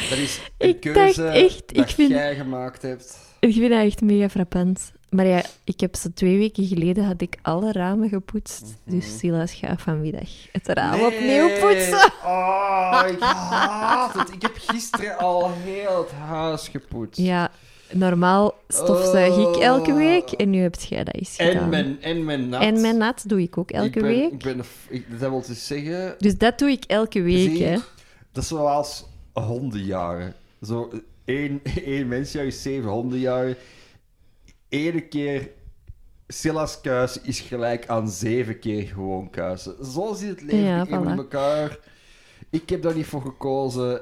[SPEAKER 3] Dat is een
[SPEAKER 1] Ik dacht
[SPEAKER 3] keuze
[SPEAKER 1] echt,
[SPEAKER 3] dat
[SPEAKER 1] ik vind-
[SPEAKER 3] jij gemaakt hebt.
[SPEAKER 1] Ik vind dat echt mega frappant. Maar ja, ik heb ze twee weken geleden had ik alle ramen gepoetst. Dus Silas gaat vanmiddag het raam opnieuw
[SPEAKER 3] Mhm. Nee.
[SPEAKER 1] poetsen.
[SPEAKER 3] Oh, ik haat het. Ik heb gisteren al heel het huis gepoetst.
[SPEAKER 1] Ja, normaal stofzuig ik elke
[SPEAKER 3] Oh.
[SPEAKER 1] week en nu heb jij dat eens gedaan.
[SPEAKER 3] en, mijn, en mijn nat.
[SPEAKER 1] En mijn nat doe ik ook
[SPEAKER 3] Ik
[SPEAKER 1] elke
[SPEAKER 3] ben-
[SPEAKER 1] week.
[SPEAKER 3] Ik ben, een f- ik- dat wil dus zeggen...
[SPEAKER 1] Dus dat doe ik elke week,
[SPEAKER 3] zie,
[SPEAKER 1] hè.
[SPEAKER 3] Dat is zoals hondenjaren. Zo één, één mensjaar is zeven hondenjaren. Eén keer Silas kuisen is gelijk aan zeven keer gewoon kuisen. Zo zit het leven
[SPEAKER 1] Ja,
[SPEAKER 3] in
[SPEAKER 1] voilà.
[SPEAKER 3] elkaar. Ik heb daar niet voor gekozen.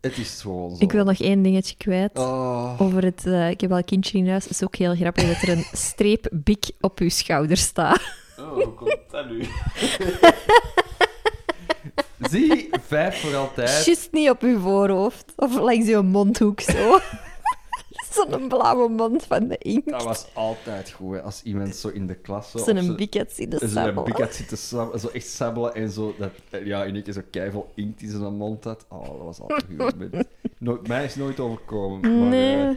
[SPEAKER 3] Het is gewoon zo.
[SPEAKER 1] Ik wil nog één dingetje kwijt.
[SPEAKER 3] Oh.
[SPEAKER 1] Over het, eh, ik heb wel een kindje in huis. Het is ook heel grappig dat er een streep bik op uw schouder staat.
[SPEAKER 3] Oh, hoe komt dat nu? Zie, vijf voor altijd.
[SPEAKER 1] Just niet op uw voorhoofd. Of langs uw mondhoek zo. Zo'n blauwe mond van de inkt.
[SPEAKER 3] Dat was altijd goed, hè. als iemand zo in de klas... zo op
[SPEAKER 1] Zo'n
[SPEAKER 3] zijn-
[SPEAKER 1] bik had zien
[SPEAKER 3] Ze
[SPEAKER 1] de
[SPEAKER 3] een pik
[SPEAKER 1] bik
[SPEAKER 3] had zitten sabbelen, zo echt sabbelen en zo. Dat, eh, ja, in één keer zo keivel inkt in zijn mond had. Oh, dat was altijd een goed moment. Nooit, mij is nooit overkomen. Maar,
[SPEAKER 1] Nee.
[SPEAKER 3] eh,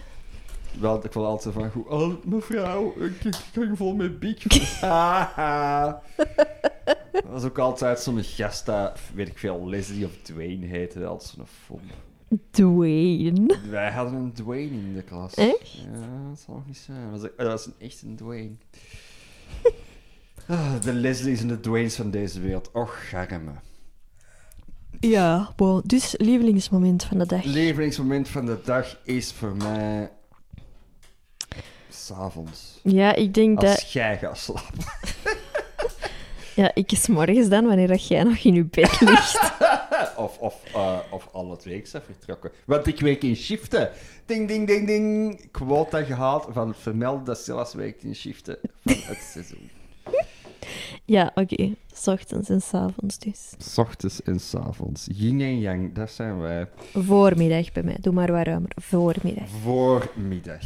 [SPEAKER 3] wel, ik vond altijd van goed. Oh, mevrouw, ik ik hang vol met biek. Haha. dat was ook altijd zo'n gast, dat, weet ik veel, Leslie of Dwayne heette. Altijd zo'n fom.
[SPEAKER 1] Dwayne.
[SPEAKER 3] Wij hadden een Dwayne in de klas.
[SPEAKER 1] Echt?
[SPEAKER 3] Ja, dat zal nog niet zijn. Dat was, oh, dat was een, echt een Dwayne. Ah, de Leslie's en de Dwayne's van deze wereld. Och, garme.
[SPEAKER 1] Ja, bon. Dus lievelingsmoment van de dag.
[SPEAKER 3] Leveringsmoment van de dag is voor mij... S'avonds.
[SPEAKER 1] Ja, ik denk dat...
[SPEAKER 3] Als jij gaat slapen.
[SPEAKER 1] Ja, ik is morgens dan, wanneer dat jij nog in je bed ligt.
[SPEAKER 3] Of, of, eh, of alle twee zijn vertrokken. Want ik werk in shiften. Ding, ding, ding, ding. Quota gehaald van vermeld dat Silas werkt in shiften van het seizoen.
[SPEAKER 1] ja, oké. 's Ochtends en 's avonds dus.
[SPEAKER 3] S ochtends en s avonds. Yin en yang, dat zijn wij.
[SPEAKER 1] Voormiddag bij mij. Doe maar wat ruimer. Voormiddag.
[SPEAKER 3] Voormiddag.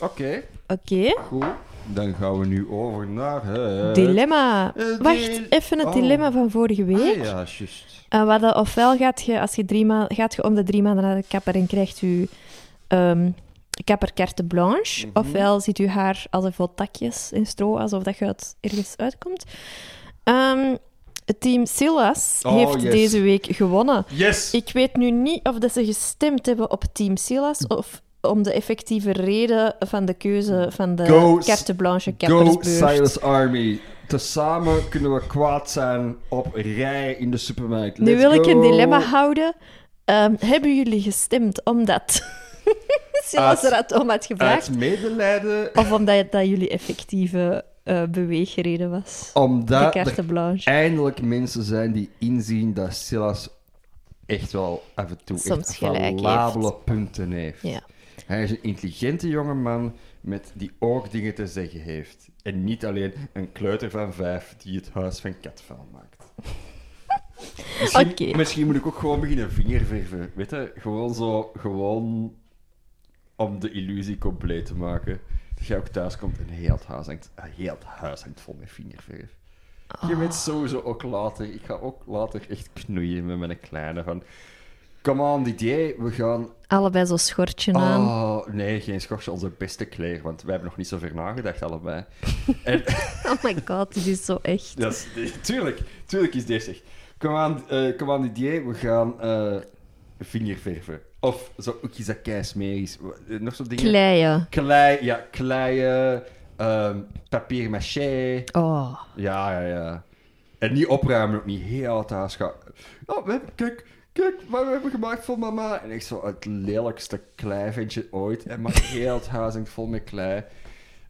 [SPEAKER 3] Oké,
[SPEAKER 1] Oké.
[SPEAKER 3] goed. Dan gaan we nu over naar het...
[SPEAKER 1] Dilemma.
[SPEAKER 3] Eh,
[SPEAKER 1] Wacht,
[SPEAKER 3] die-
[SPEAKER 1] even het
[SPEAKER 3] Oh.
[SPEAKER 1] dilemma van vorige
[SPEAKER 3] Ah
[SPEAKER 1] week.
[SPEAKER 3] ja, juist.
[SPEAKER 1] Eh, wat dat- ofwel gaat je, als je drie maanden, gaat je om de drie maanden naar de kapper en krijgt je ehm kapper carte blanche.
[SPEAKER 3] Mhm.
[SPEAKER 1] Ofwel ziet je haar als een vol takjes in stro, alsof dat je uit, ergens uitkomt. Ehm, het team Silas
[SPEAKER 3] Oh,
[SPEAKER 1] heeft
[SPEAKER 3] yes.
[SPEAKER 1] deze week gewonnen.
[SPEAKER 3] Yes!
[SPEAKER 1] Ik weet nu niet of dat ze gestemd hebben op Team Silas of om de effectieve reden van de keuze van de
[SPEAKER 3] Go,
[SPEAKER 1] carte blanche
[SPEAKER 3] Go
[SPEAKER 1] kappersbeurt.
[SPEAKER 3] Silas Army. Tezamen kunnen we kwaad zijn op rijen in de supermarkt.
[SPEAKER 1] Nu
[SPEAKER 3] Let's
[SPEAKER 1] wil ik een
[SPEAKER 3] go.
[SPEAKER 1] dilemma houden. Ehm, hebben jullie gestemd omdat Silas
[SPEAKER 3] Uit-
[SPEAKER 1] eruit om had gevraagd?
[SPEAKER 3] Uit medelijden.
[SPEAKER 1] Of omdat het- dat jullie effectieve eh, beweegreden was. de
[SPEAKER 3] Omdat
[SPEAKER 1] carte
[SPEAKER 3] er
[SPEAKER 1] blanche.
[SPEAKER 3] eindelijk mensen zijn die inzien dat Silas echt wel af en toe
[SPEAKER 1] Soms
[SPEAKER 3] echt
[SPEAKER 1] gelijk heeft.
[SPEAKER 3] valabele punten heeft.
[SPEAKER 1] Ja.
[SPEAKER 3] Hij is een intelligente jongeman met die ook dingen te zeggen heeft. En niet alleen een kleuter van vijf die het huis van katvuil maakt. Misschien,
[SPEAKER 1] Oké.
[SPEAKER 3] misschien moet ik ook gewoon beginnen vingerverven. Weet je, gewoon zo, gewoon om de illusie compleet te maken. Dat jij ook thuis komt en heel het huis hangt, eh, heel het huis hangt vol met vingerverf.
[SPEAKER 1] Oh.
[SPEAKER 3] Je weet sowieso ook later, ik ga ook later echt knoeien met mijn kleine van... Come on, Didier, we gaan
[SPEAKER 1] Allebei zo'n schortje aan.
[SPEAKER 3] Oh, nee, geen schortje, onze beste kleur, want wij hebben nog niet zo ver nagedacht, allebei. en,
[SPEAKER 1] Oh my god, dit is zo echt.
[SPEAKER 3] dat is, tuurlijk, tuurlijk is deze echt. Kom aan, eh kom aan Didier, we gaan eh vingerverven. Of zo oekjes dat keismeris. eh, Nog zo'n dingen.
[SPEAKER 1] Kleien.
[SPEAKER 3] Klei, ja, kleien, ehm papier maché.
[SPEAKER 1] Oh.
[SPEAKER 3] Ja, ja, ja. En niet opruimen, ook niet heel het huis gaan. Oh, we hebben, kijk, kijk, wat we hebben gemaakt voor mama. En echt zo het lelijkste kleiventje ooit. En maar heel het huis hangt vol met klei.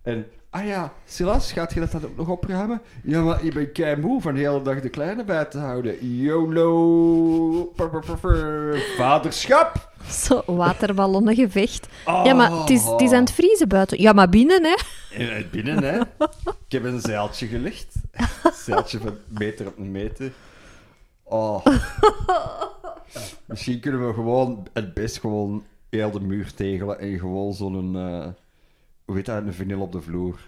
[SPEAKER 3] En, ah ja, Silas, gaat je dat dan ook nog opruimen? Ja, maar je bent kei moe van de hele dag de kleine bij te houden. YOLO. Pr- pr- pr- pr- Vaderschap.
[SPEAKER 1] Zo, waterballonnengevecht.
[SPEAKER 3] Oh.
[SPEAKER 1] Ja, maar het is, het is aan het vriezen buiten. Ja, maar binnen, hè.
[SPEAKER 3] In het binnen, hè. Ik heb een zeiltje gelegd. Zeiltje van meter op meter. Oh. Misschien kunnen we gewoon het best gewoon heel de muur tegelen en gewoon zo'n... eh hoe heet dat? Een vinyl op de vloer.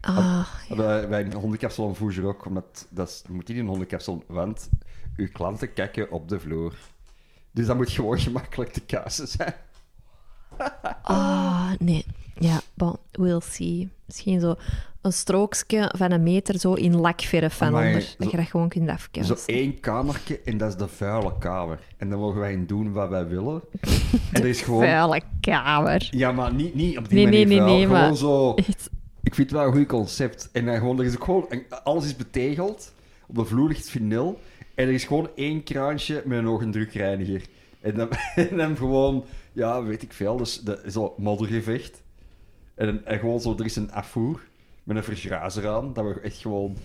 [SPEAKER 1] Ah,
[SPEAKER 3] Wij, wij in hondenkapsalon voegen ook, omdat dat is- je moet niet in een hondenkapsalon, want uw klanten kijken op de vloer. Dus dat moet gewoon gemakkelijk te kassen zijn.
[SPEAKER 1] ah, nee. Ja, bon, we'll see. Misschien zo een strookje van een meter zo in lakverf van
[SPEAKER 3] Amai,
[SPEAKER 1] onder. Dat
[SPEAKER 3] zo-
[SPEAKER 1] je dat gewoon kunt
[SPEAKER 3] Zo
[SPEAKER 1] afkasten.
[SPEAKER 3] één kamertje en dat is de vuile kamer. En daar mogen wij in doen wat wij willen. En dat is gewoon...
[SPEAKER 1] Vuile kamer.
[SPEAKER 3] Ja, maar niet, niet op die
[SPEAKER 1] Nee,
[SPEAKER 3] manier
[SPEAKER 1] nee, nee,
[SPEAKER 3] vuil.
[SPEAKER 1] nee,
[SPEAKER 3] Gewoon
[SPEAKER 1] maar-
[SPEAKER 3] zo...
[SPEAKER 1] Echt.
[SPEAKER 3] Ik vind het wel een goed concept. En dan gewoon, er is ook gewoon... en Alles is betegeld. Op de vloer ligt vinyl. En er is gewoon één kraantje met een ogendrukreiniger. En dan, en dan gewoon... Ja, weet ik veel. Dus de, zo moddergevecht. En, en gewoon zo, er is een afvoer. Met een verschrazer aan. Dat we echt gewoon...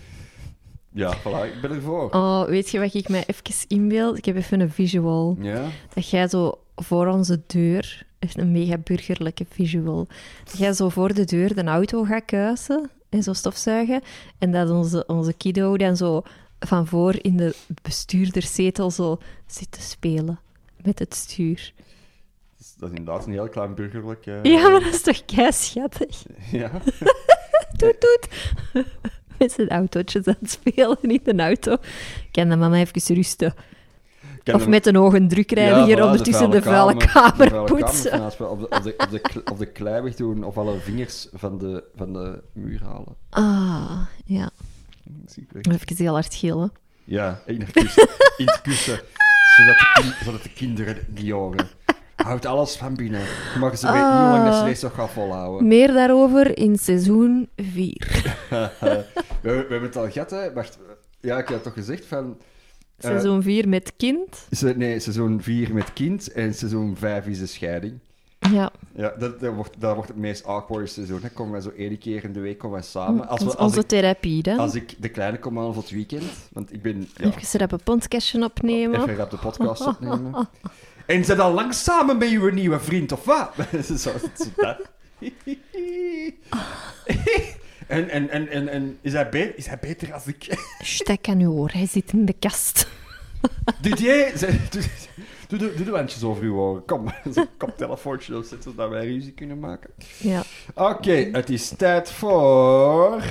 [SPEAKER 3] Ja, voilà, ik ben ervoor.
[SPEAKER 1] Oh, weet je wat ik mij even inbeeld? Ik heb even een visual.
[SPEAKER 3] Ja.
[SPEAKER 1] Dat jij zo voor onze deur, echt een mega burgerlijke visual, dat jij zo voor de deur de auto gaat kuisen en zo stofzuigen. En dat onze, onze kiddo dan zo van voor in de bestuurderszetel zo zit te spelen met het stuur.
[SPEAKER 3] Dus Dat is inderdaad een heel klein burgerlijk... eh,
[SPEAKER 1] Ja, maar dat is toch kei schattig?
[SPEAKER 3] ja.
[SPEAKER 1] Toet, toet. Met zijn autootjes aan het spelen in de auto. Kan de mama even rusten.
[SPEAKER 3] Ken
[SPEAKER 1] Of
[SPEAKER 3] hem-
[SPEAKER 1] met een ogen druk rijden hier
[SPEAKER 3] voilà,
[SPEAKER 1] ondertussen de vuile
[SPEAKER 3] de
[SPEAKER 1] kamer,
[SPEAKER 3] vuile
[SPEAKER 1] poetsen.
[SPEAKER 3] kamer van Op de, op, de, op, de, kle- op de klei weg doen of alle vingers van de, van de muur halen.
[SPEAKER 1] Ah, ja.
[SPEAKER 3] Zie ik weg.
[SPEAKER 1] Even heel hard gillen.
[SPEAKER 3] Ja, in het kussen. In het kussen zodat, de kin- zodat de kinderen het niet horen. Houd alles van binnen. Maar ze weten niet hoe lang dat
[SPEAKER 1] Ah.
[SPEAKER 3] ze deze nog gaan volhouden.
[SPEAKER 1] Meer daarover in seizoen 4.
[SPEAKER 3] We, we hebben het al gehad, hè. Wacht, ja, ik had toch gezegd van... eh,
[SPEAKER 1] Seizoen 4 met kind.
[SPEAKER 3] se- nee, seizoen 4 met kind en seizoen 5 is de scheiding.
[SPEAKER 1] Ja,
[SPEAKER 3] Ja, dat, dat, wordt, dat wordt het meest awkward seizoen. Dan komen wij zo één keer in de week komen wij samen. Ah, Als,
[SPEAKER 1] dat
[SPEAKER 3] we,
[SPEAKER 1] is
[SPEAKER 3] als,
[SPEAKER 1] Mm, onze
[SPEAKER 3] ik,
[SPEAKER 1] therapie. Hè?
[SPEAKER 3] als ik de kleine kom aan voor het weekend, want ik ben ja,
[SPEAKER 1] Even rap een podcastje opnemen.
[SPEAKER 3] even rap de podcast opnemen. en zit al lang samen met uw nieuwe vriend, of wat? zo, zo dat. en, en, en, en, en is, hij be- is hij beter als ik?
[SPEAKER 1] Sst, dat kan nu hoor, hij zit in de kast.
[SPEAKER 3] Didier, ze- doe, doe, doe, doe de wandjes over uw oren. Kom, zo'n koptelefoontje opzetten zodat wij ruzie kunnen maken.
[SPEAKER 1] Ja.
[SPEAKER 3] Oké, het is tijd voor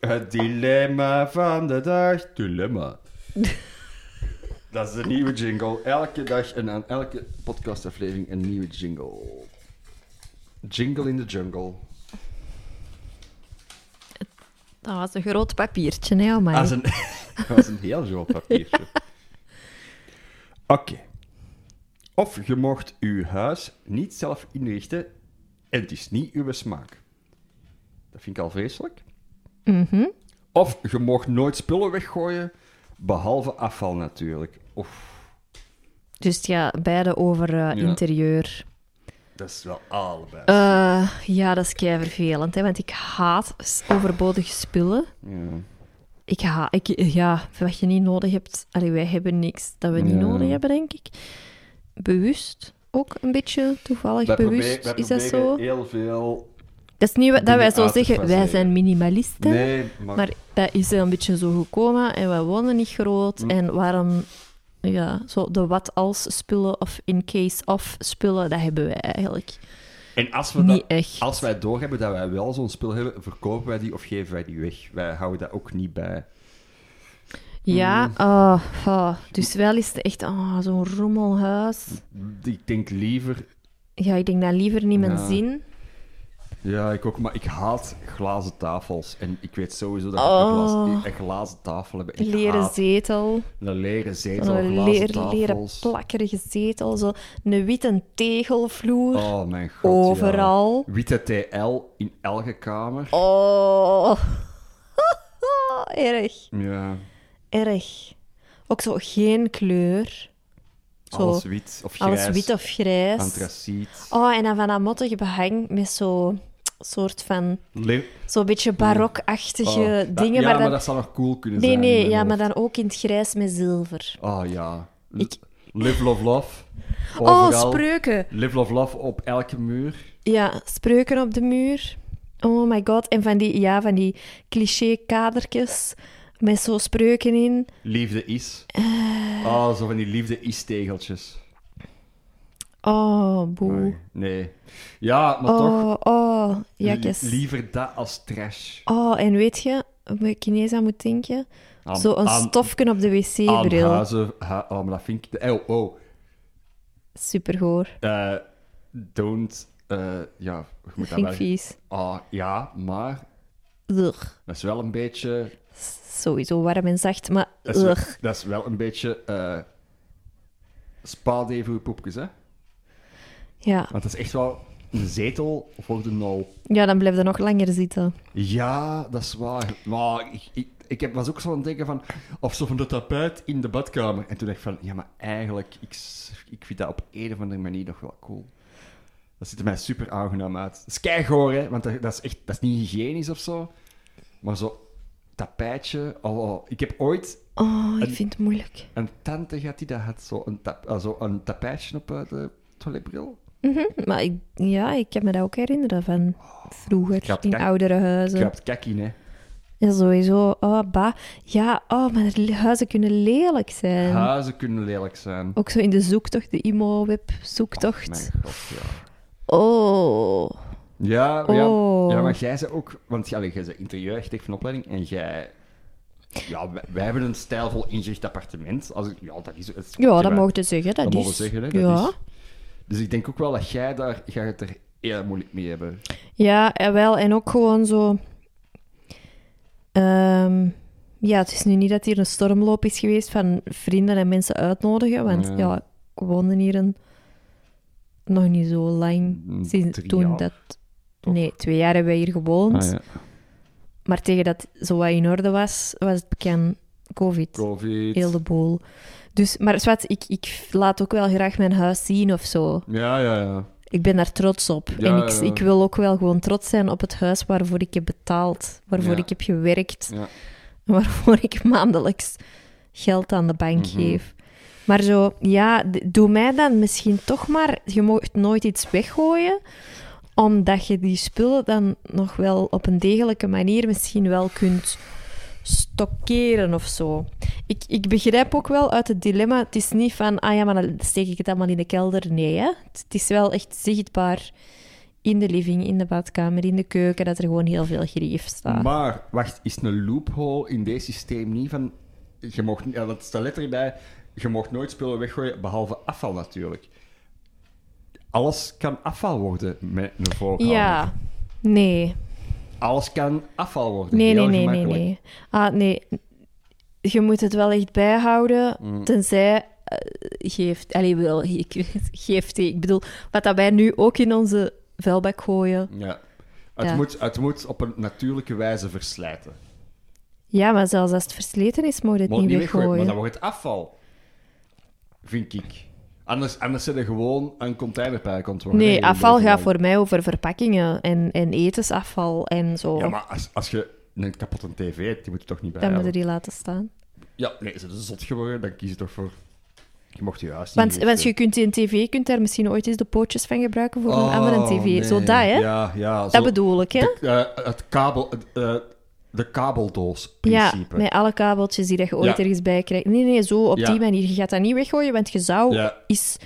[SPEAKER 3] het dilemma van de dag. Dilemma. Dat is de nieuwe jingle. Elke dag en aan elke podcastaflevering een nieuwe jingle. Jingle in the jungle.
[SPEAKER 1] Ah, Dat was een groot papiertje, hè, amai.
[SPEAKER 3] Dat is een, dat is een heel groot papiertje. Oké. Of je mocht uw huis niet zelf inrichten en het is niet uw smaak. Dat vind ik al vreselijk.
[SPEAKER 1] Mhm.
[SPEAKER 3] Of je mocht nooit spullen weggooien, behalve afval natuurlijk. Of
[SPEAKER 1] Dus ja, beide over eh,
[SPEAKER 3] Ja.
[SPEAKER 1] interieur.
[SPEAKER 3] Dat is wel allebei.
[SPEAKER 1] Eh, ja, dat is kei vervelend, hè, want ik haat s- overbodige spullen.
[SPEAKER 3] Ja.
[SPEAKER 1] Ik ha ik, ja, wat je niet nodig hebt. Allee, wij hebben niks dat we niet
[SPEAKER 3] Ja.
[SPEAKER 1] nodig hebben, denk ik. Bewust ook een beetje, toevallig
[SPEAKER 3] Wij probeer-
[SPEAKER 1] bewust.
[SPEAKER 3] wij
[SPEAKER 1] is dat
[SPEAKER 3] proberen
[SPEAKER 1] zo?
[SPEAKER 3] heel veel...
[SPEAKER 1] Dat is niet wa- dat
[SPEAKER 3] dingen
[SPEAKER 1] wij zo
[SPEAKER 3] uit te
[SPEAKER 1] zeggen, wij
[SPEAKER 3] faseren.
[SPEAKER 1] zijn minimalisten.
[SPEAKER 3] Nee, maar...
[SPEAKER 1] Maar dat is een beetje zo gekomen en wij wonen niet groot.
[SPEAKER 3] Mm.
[SPEAKER 1] En waarom, ja, zo de wat als spullen of in case of spullen, dat hebben wij eigenlijk
[SPEAKER 3] en als we,
[SPEAKER 1] niet
[SPEAKER 3] dat,
[SPEAKER 1] echt.
[SPEAKER 3] als wij doorhebben dat wij wel zo'n spul hebben, verkopen wij die of geven wij die weg. Wij houden dat ook niet bij.
[SPEAKER 1] Ja,
[SPEAKER 3] Mm.
[SPEAKER 1] ah, ah. dus wel is het echt ah, zo'n rommelhuis.
[SPEAKER 3] Ik denk liever...
[SPEAKER 1] Ja, ik denk dat liever niet mijn
[SPEAKER 3] Ja.
[SPEAKER 1] zin.
[SPEAKER 3] Ja, ik ook, maar ik haat glazen tafels. En ik weet sowieso dat we
[SPEAKER 1] Oh.
[SPEAKER 3] een, glazen, een glazen tafel hebben. Ik
[SPEAKER 1] Leren
[SPEAKER 3] haat
[SPEAKER 1] zetel,
[SPEAKER 3] Een leren zetel,
[SPEAKER 1] een
[SPEAKER 3] glazen
[SPEAKER 1] leer,
[SPEAKER 3] tafels.
[SPEAKER 1] leren plakkerige zetel, zo een witte tegelvloer.
[SPEAKER 3] Oh mijn god, ja.
[SPEAKER 1] Overal.
[SPEAKER 3] Witte TL in elke kamer.
[SPEAKER 1] Oh, erg,
[SPEAKER 3] Ja,
[SPEAKER 1] erg. Ook zo geen kleur. Zo,
[SPEAKER 3] alles wit of grijs.
[SPEAKER 1] alles wit of grijs.
[SPEAKER 3] Antraciet.
[SPEAKER 1] Oh, en dan van dat mottige behang met zo'n soort van,
[SPEAKER 3] Le-
[SPEAKER 1] zo'n beetje barokachtige
[SPEAKER 3] Oh, dat-
[SPEAKER 1] dingen.
[SPEAKER 3] ja,
[SPEAKER 1] maar
[SPEAKER 3] maar
[SPEAKER 1] dan,
[SPEAKER 3] dat zou nog cool kunnen
[SPEAKER 1] nee,
[SPEAKER 3] zijn. in
[SPEAKER 1] nee,
[SPEAKER 3] mijn
[SPEAKER 1] ja,
[SPEAKER 3] hoofd.
[SPEAKER 1] maar dan ook in het grijs met zilver.
[SPEAKER 3] Oh ja. L-
[SPEAKER 1] Ik-
[SPEAKER 3] Live, love, love.
[SPEAKER 1] Oh,
[SPEAKER 3] Overal.
[SPEAKER 1] spreuken.
[SPEAKER 3] Live, love, love op elke muur.
[SPEAKER 1] Ja, spreuken op de muur. Oh my god. En van die, ja, van die cliché-kadertjes met zo spreuken in.
[SPEAKER 3] Liefde is.
[SPEAKER 1] Eh.
[SPEAKER 3] Oh, zo van die liefde is-tegeltjes.
[SPEAKER 1] Oh, boe.
[SPEAKER 3] Nee. Ja, maar toch.
[SPEAKER 1] Oh, oh,
[SPEAKER 3] li-
[SPEAKER 1] jakjes.
[SPEAKER 3] Liever dat als trash.
[SPEAKER 1] Oh, en weet je, wat ik ineens aan moet denken?
[SPEAKER 3] Aan-
[SPEAKER 1] Zo'n
[SPEAKER 3] aan-
[SPEAKER 1] stofken op de wc-bril.
[SPEAKER 3] Aanhuizen, Ah, ha- oh, maar dat vind ik... Oh, oh.
[SPEAKER 1] Supergoor.
[SPEAKER 3] Eh, don't... eh, ja, je
[SPEAKER 1] Dat
[SPEAKER 3] moet dat
[SPEAKER 1] vind
[SPEAKER 3] wel...
[SPEAKER 1] ik vies.
[SPEAKER 3] Ah, ja, maar
[SPEAKER 1] Ugh.
[SPEAKER 3] dat is wel een beetje...
[SPEAKER 1] Sowieso warm en zacht, maar
[SPEAKER 3] Dat is, wel-
[SPEAKER 1] ugh.
[SPEAKER 3] dat is wel een beetje... eh spaaldeven voor je poepjes, hè?
[SPEAKER 1] Ja.
[SPEAKER 3] Want dat is echt wel een zetel voor de nou. nul.
[SPEAKER 1] ja, dan blijf je nog langer zitten.
[SPEAKER 3] Ja, dat is waar. Maar ik, ik, ik heb, was ook zo aan het denken van... Of zo van de tapijt in de badkamer. En toen dacht ik van... Ja, maar eigenlijk... Ik, s- ik vind dat op een of andere manier nog wel cool. Dat ziet er mij super aangenaam uit. Dat is keigoor, hè. Want dat, dat is echt... Dat is niet hygiënisch of zo. Maar zo... Tapijtje... Oh, oh. Ik heb ooit...
[SPEAKER 1] Oh, ik
[SPEAKER 3] En-
[SPEAKER 1] vind het moeilijk.
[SPEAKER 3] Een tante gehad die dat had. Zo een, tap, ah, zo een tapijtje op eh, de toiletbril.
[SPEAKER 1] Mhm, Maar ik, ja, ik kan me dat ook herinneren van vroeger
[SPEAKER 3] Krap,
[SPEAKER 1] in
[SPEAKER 3] kijk.
[SPEAKER 1] oudere huizen.
[SPEAKER 3] Kruipt kak in, hè.
[SPEAKER 1] Ja, sowieso. Oh, bah. Ja, oh, maar de huizen kunnen lelijk zijn.
[SPEAKER 3] Huizen kunnen lelijk zijn.
[SPEAKER 1] Ook zo in de zoektocht, de IMO-web
[SPEAKER 3] Mijn
[SPEAKER 1] zoektocht.
[SPEAKER 3] god, ja.
[SPEAKER 1] Oh,
[SPEAKER 3] Ja, maar ja,
[SPEAKER 1] Oh.
[SPEAKER 3] ja, maar jij zei ook, want ja, jij zei interieurarchitect van opleiding en jij. Ja, wij, wij hebben een stijlvol ingericht appartement. Als ik, ja, dat is het. is-
[SPEAKER 1] ja, dat
[SPEAKER 3] wij-
[SPEAKER 1] mogen je zeggen. Dat,
[SPEAKER 3] dat
[SPEAKER 1] is,
[SPEAKER 3] mogen we zeggen, hè, dat
[SPEAKER 1] ja.
[SPEAKER 3] is- Dus ik denk ook wel dat jij daar gaat het er heel moeilijk mee hebben.
[SPEAKER 1] Ja, en wel. En ook gewoon zo. ehm, ja, het is nu niet dat hier een stormloop is geweest van vrienden en mensen uitnodigen. Want ja,
[SPEAKER 3] Ja.
[SPEAKER 1] ik woonde hier een, nog niet zo lang.
[SPEAKER 3] Mm,
[SPEAKER 1] Sinds
[SPEAKER 3] drie
[SPEAKER 1] toen
[SPEAKER 3] jaar,
[SPEAKER 1] dat.
[SPEAKER 3] toch? Ah,
[SPEAKER 1] Nee, twee jaar hebben wij hier gewoond.
[SPEAKER 3] ja.
[SPEAKER 1] Maar tegen dat het zo wat in orde was, was het bekend COVID.
[SPEAKER 3] Covid.
[SPEAKER 1] Heel de boel. Dus, maar zwart, ik, ik laat ook wel graag mijn huis zien of zo.
[SPEAKER 3] Ja, ja, ja.
[SPEAKER 1] Ik ben daar trots op.
[SPEAKER 3] Ja,
[SPEAKER 1] en ik,
[SPEAKER 3] ja.
[SPEAKER 1] ik wil ook wel gewoon trots zijn op het huis waarvoor ik heb betaald, waarvoor
[SPEAKER 3] Ja.
[SPEAKER 1] ik heb gewerkt,
[SPEAKER 3] Ja.
[SPEAKER 1] waarvoor ik maandelijks geld aan de bank geef. Maar zo, ja, d- doe mij dan misschien toch maar, je mag nooit iets weggooien, omdat je die spullen dan nog wel op een degelijke manier misschien wel kunt stockeren of zo. Ik, ik begrijp ook wel uit het dilemma, het is niet van, ah ja, maar dan steek ik het allemaal in de kelder. Nee, hè. Het, het is wel echt zichtbaar in de living, in de badkamer, in de keuken, dat er gewoon heel veel grief staat.
[SPEAKER 3] Maar, wacht, is een loophole in dit systeem niet van... Je mocht, ja, dat staat letterlijk bij, je mocht nooit spullen weggooien, behalve afval natuurlijk. Alles kan afval worden met een voorkamer.
[SPEAKER 1] ja, nee.
[SPEAKER 3] Alles kan afval worden.
[SPEAKER 1] Nee, nee,
[SPEAKER 3] Heel
[SPEAKER 1] nee, nee,
[SPEAKER 3] gemakkelijk.
[SPEAKER 1] nee. Ah, nee. Je moet het wel echt bijhouden,
[SPEAKER 3] Mm.
[SPEAKER 1] tenzij eh, geeft... Allee, wel, ik, geeft... Ik bedoel, wat dat wij nu ook in onze vuilbak gooien.
[SPEAKER 3] Ja. Het,
[SPEAKER 1] Ja.
[SPEAKER 3] Moet, het moet op een natuurlijke wijze verslijten.
[SPEAKER 1] Ja, maar zelfs als het versleten is, mogen we het
[SPEAKER 3] Moet
[SPEAKER 1] niet
[SPEAKER 3] niet
[SPEAKER 1] weggooien.
[SPEAKER 3] weggooien, maar dan wordt het afval. Vind ik. Anders, anders zit er gewoon een containerpark ontworpen.
[SPEAKER 1] Nee, afval gaat voor mij over verpakkingen en, en etensafval en zo.
[SPEAKER 3] Ja, maar als, als je een kapotte tv hebt, die moet je toch niet bij
[SPEAKER 1] Dan moeten
[SPEAKER 3] hebben.
[SPEAKER 1] die laten staan.
[SPEAKER 3] Ja, nee, is het zot geworden, dan kies je toch voor... Je mocht je huis
[SPEAKER 1] Want,
[SPEAKER 3] niet
[SPEAKER 1] want
[SPEAKER 3] weten.
[SPEAKER 1] je kunt in tv, je kunt daar misschien ooit eens de pootjes van gebruiken voor
[SPEAKER 3] Oh,
[SPEAKER 1] een andere tv. Zo
[SPEAKER 3] nee.
[SPEAKER 1] dat, hè?
[SPEAKER 3] Ja, ja.
[SPEAKER 1] dat bedoel ik, hè?
[SPEAKER 3] het kabel... het, eh, de
[SPEAKER 1] Ja,
[SPEAKER 3] kabeldoos-principe.
[SPEAKER 1] met alle kabeltjes die dat je ooit
[SPEAKER 3] Ja.
[SPEAKER 1] ergens bij krijgt. Nee, nee, zo op
[SPEAKER 3] Ja.
[SPEAKER 1] die manier. Je gaat dat niet weggooien, want je zou
[SPEAKER 3] Ja.
[SPEAKER 1] is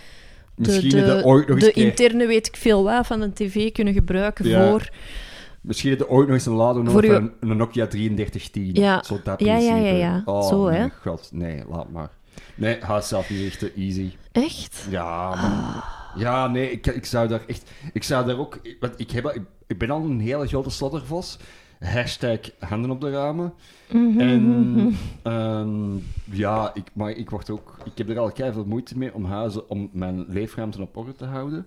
[SPEAKER 1] de,
[SPEAKER 3] Misschien
[SPEAKER 1] de,
[SPEAKER 3] de, ooit nog
[SPEAKER 1] de
[SPEAKER 3] eens keer-
[SPEAKER 1] interne, weet ik veel wat, van een tv kunnen gebruiken
[SPEAKER 3] Ja.
[SPEAKER 1] voor...
[SPEAKER 3] Misschien heb je ooit nog eens een lado nodig
[SPEAKER 1] Voor uw-
[SPEAKER 3] van een, een Nokia 3310.
[SPEAKER 1] Ja.
[SPEAKER 3] Zo dat
[SPEAKER 1] Ja,
[SPEAKER 3] principe.
[SPEAKER 1] ja, ja, ja.
[SPEAKER 3] Oh,
[SPEAKER 1] Zo, hè.
[SPEAKER 3] mijn god. Nee, laat maar. Nee, haast zelf niet echt te easy.
[SPEAKER 1] Echt?
[SPEAKER 3] Ja, man. Ja, nee, ik, ik zou daar echt... Ik zou daar ook... ik- Want ik, heb, al- ik, ik ben al een hele grote sloddervos. Hashtag handen op de ramen. En ehm, ja, ik, maar ik, word ook, ik heb er al keihard moeite mee om huizen, om mijn leefruimte op orde te houden.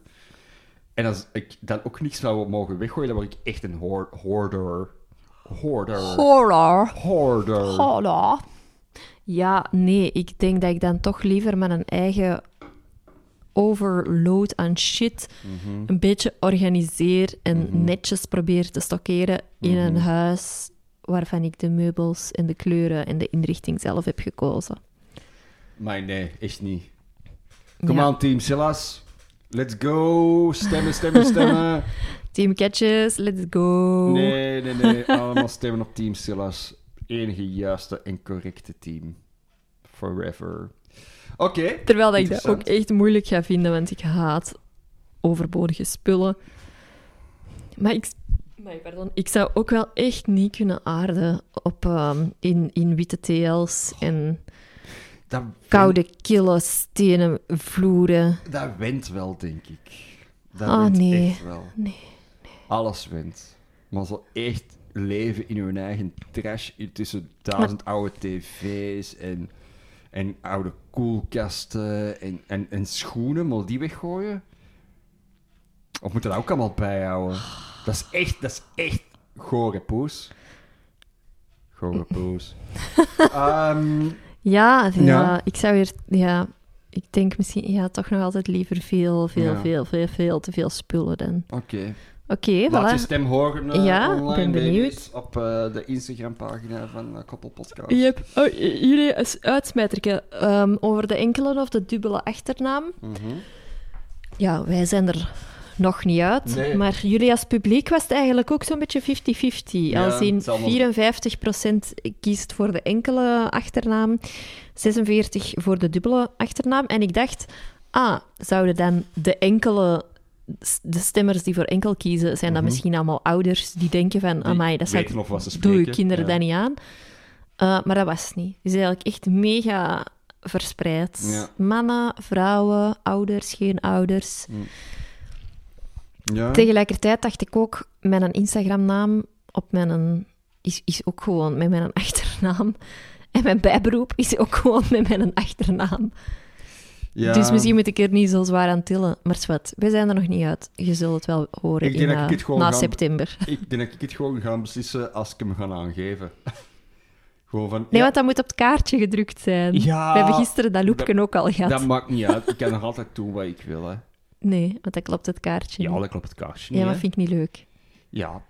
[SPEAKER 3] En als ik dan ook niks zou mogen weggooien, dan word ik echt een hoor- hoorder. Hoorder.
[SPEAKER 1] Horror.
[SPEAKER 3] Hoorder.
[SPEAKER 1] Horror. Ja, nee, ik denk dat ik dan toch liever met een eigen overload aan shit
[SPEAKER 3] Mhm.
[SPEAKER 1] een beetje organiseer en netjes probeer te stockeren in een
[SPEAKER 3] Mhm.
[SPEAKER 1] huis waarvan ik de meubels en de kleuren en de inrichting zelf heb gekozen.
[SPEAKER 3] Maar nee, echt niet. Kom
[SPEAKER 1] Ja.
[SPEAKER 3] aan, team Silas. Let's go. Stemmen, stemmen, stemmen.
[SPEAKER 1] Team Catches, let's go.
[SPEAKER 3] Nee, nee, nee. Allemaal stemmen op Team Silas. Enige juiste en correcte team. Forever. Oké.
[SPEAKER 1] Terwijl dat ik dat ook
[SPEAKER 3] Interessant.
[SPEAKER 1] echt moeilijk ga vinden, want ik haat overbodige spullen. Maar ik, maar pardon, ik zou ook wel echt niet kunnen aarden op, ehm, in, in witte TL's en
[SPEAKER 3] Dat
[SPEAKER 1] koude, kille stenen vloeren.
[SPEAKER 3] wint- dat wint wel, denk ik. Dat
[SPEAKER 1] Ah,
[SPEAKER 3] wint
[SPEAKER 1] nee.
[SPEAKER 3] echt wel.
[SPEAKER 1] Nee.
[SPEAKER 3] Alles wint. Maar zo echt leven in hun eigen trash tussen duizend oude tv's en, en oude koelkasten en, en, en schoenen, maar die weggooien? Of moet je dat ook allemaal bijhouden? Dat is echt, dat is echt gore poes. Gore poes. Ehm,
[SPEAKER 1] Ja, ja,
[SPEAKER 3] Ja.
[SPEAKER 1] ik zou hier... Ja, ik denk misschien ja, toch nog altijd liever veel, veel,
[SPEAKER 3] Ja.
[SPEAKER 1] veel, veel, veel te veel spullen dan.
[SPEAKER 3] Oké.
[SPEAKER 1] Oké,
[SPEAKER 3] Laat je
[SPEAKER 1] voilà.
[SPEAKER 3] stem horen eh,
[SPEAKER 1] Ja, ik
[SPEAKER 3] online,
[SPEAKER 1] ben
[SPEAKER 3] baby's,
[SPEAKER 1] benieuwd.
[SPEAKER 3] op eh, de Instagram-pagina van uh, Koppel Podcast.
[SPEAKER 1] Yep. Oh, i- jullie als uitsmijterke. Ehm, over de enkele of de dubbele achternaam.
[SPEAKER 3] Mhm.
[SPEAKER 1] Ja, wij zijn er nog niet uit.
[SPEAKER 3] Nee.
[SPEAKER 1] Maar jullie als publiek was het eigenlijk ook zo'n beetje 50-50.
[SPEAKER 3] Ja,
[SPEAKER 1] als in
[SPEAKER 3] het zal wel-
[SPEAKER 1] 54% kiest voor de enkele achternaam, 46% voor de dubbele achternaam. En ik dacht, ah, zouden dan de enkele... De stemmers die voor enkel kiezen, zijn dan
[SPEAKER 3] Mhm.
[SPEAKER 1] misschien allemaal ouders die denken van, amai, dat zou ik
[SPEAKER 3] weten of wat ze
[SPEAKER 1] doe je
[SPEAKER 3] spreken,
[SPEAKER 1] kinderen
[SPEAKER 3] ja.
[SPEAKER 1] dat niet aan. Eh, maar dat was het niet. Het is eigenlijk echt mega verspreid.
[SPEAKER 3] Ja.
[SPEAKER 1] Mannen, vrouwen, ouders, geen ouders.
[SPEAKER 3] Ja.
[SPEAKER 1] Tegelijkertijd dacht ik ook, mijn Instagram-naam op mijn, is, is ook gewoon met mijn achternaam. En mijn bijberoep is ook gewoon met mijn achternaam.
[SPEAKER 3] Ja.
[SPEAKER 1] Dus misschien moet ik er niet zo zwaar aan tillen. Maar zwart, we zijn er nog niet uit. Je zult het wel horen
[SPEAKER 3] Ik denk
[SPEAKER 1] in,
[SPEAKER 3] dat ik
[SPEAKER 1] eh,
[SPEAKER 3] het gewoon
[SPEAKER 1] na
[SPEAKER 3] ga-
[SPEAKER 1] september.
[SPEAKER 3] Ik denk dat ik het gewoon ga beslissen als ik hem ga aangeven. gewoon van...
[SPEAKER 1] Nee,
[SPEAKER 3] ja,
[SPEAKER 1] want dat moet op het kaartje gedrukt zijn.
[SPEAKER 3] Ja.
[SPEAKER 1] We hebben gisteren dat loopje ook al gehad.
[SPEAKER 3] Dat maakt niet uit. Ik kan nog altijd doen wat ik wil, hè.
[SPEAKER 1] Nee, want dat klopt het kaartje.
[SPEAKER 3] Ja,
[SPEAKER 1] niet.
[SPEAKER 3] dat klopt het kastje
[SPEAKER 1] ja,
[SPEAKER 3] niet,
[SPEAKER 1] maar
[SPEAKER 3] hè.
[SPEAKER 1] vind ik niet leuk.
[SPEAKER 3] Ja,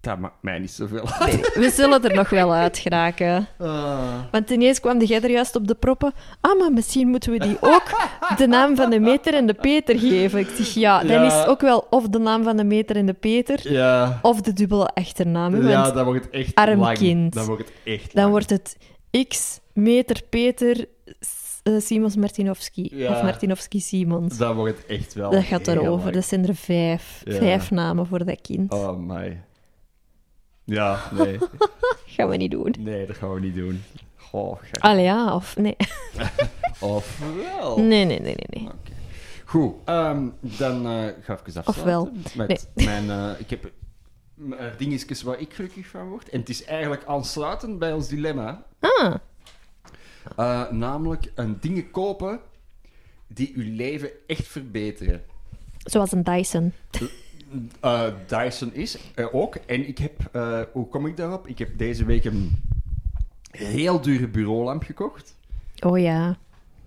[SPEAKER 3] dat maakt mij niet zoveel uit.
[SPEAKER 1] We zullen er nog wel uit geraken.
[SPEAKER 3] Ah.
[SPEAKER 1] Want ineens kwam de er juist op de proppen. Ah, maar misschien moeten we die ook de naam van de meter en de peter geven. Ik zeg, ja, dan
[SPEAKER 3] Ja.
[SPEAKER 1] is het ook wel of de naam van de meter en de peter,
[SPEAKER 3] Ja,
[SPEAKER 1] of de dubbele achternaam. hè, Want
[SPEAKER 3] ja dan wordt het echt
[SPEAKER 1] Oh, arm
[SPEAKER 3] lang.
[SPEAKER 1] kind.
[SPEAKER 3] Dan wordt het echt
[SPEAKER 1] dan
[SPEAKER 3] lang.
[SPEAKER 1] wordt het x meter peter S- eh, Simons Martinovski.
[SPEAKER 3] Ja.
[SPEAKER 1] Of Martinovski Simons.
[SPEAKER 3] Dan wordt het echt wel
[SPEAKER 1] Dat gaat
[SPEAKER 3] heel
[SPEAKER 1] erover. dus-
[SPEAKER 3] lang.
[SPEAKER 1] Dat zijn er vijf.
[SPEAKER 3] Ja.
[SPEAKER 1] Vijf namen voor dat kind.
[SPEAKER 3] Oh, my. Ja, nee.
[SPEAKER 1] Gaan we niet doen.
[SPEAKER 3] Nee, dat gaan we niet doen. Goh, gek.
[SPEAKER 1] Allee, ja, of nee.
[SPEAKER 3] Of wel.
[SPEAKER 1] Nee, nee, nee, nee. nee.
[SPEAKER 3] Goed, ehm, dan eh, ga ik even afsluiten.
[SPEAKER 1] Ofwel.
[SPEAKER 3] Met mijn, eh, ik heb eh, dingetjes waar ik gelukkig van word. En het is eigenlijk aansluitend bij ons dilemma.
[SPEAKER 1] Ah,
[SPEAKER 3] Eh, namelijk een dingen kopen die uw leven echt verbeteren.
[SPEAKER 1] zoals een Dyson.
[SPEAKER 3] Eh, Dyson is er ook. En ik heb, eh, hoe kom ik daarop? Ik heb deze week een heel dure bureaulamp gekocht.
[SPEAKER 1] Oh ja.
[SPEAKER 3] Eh,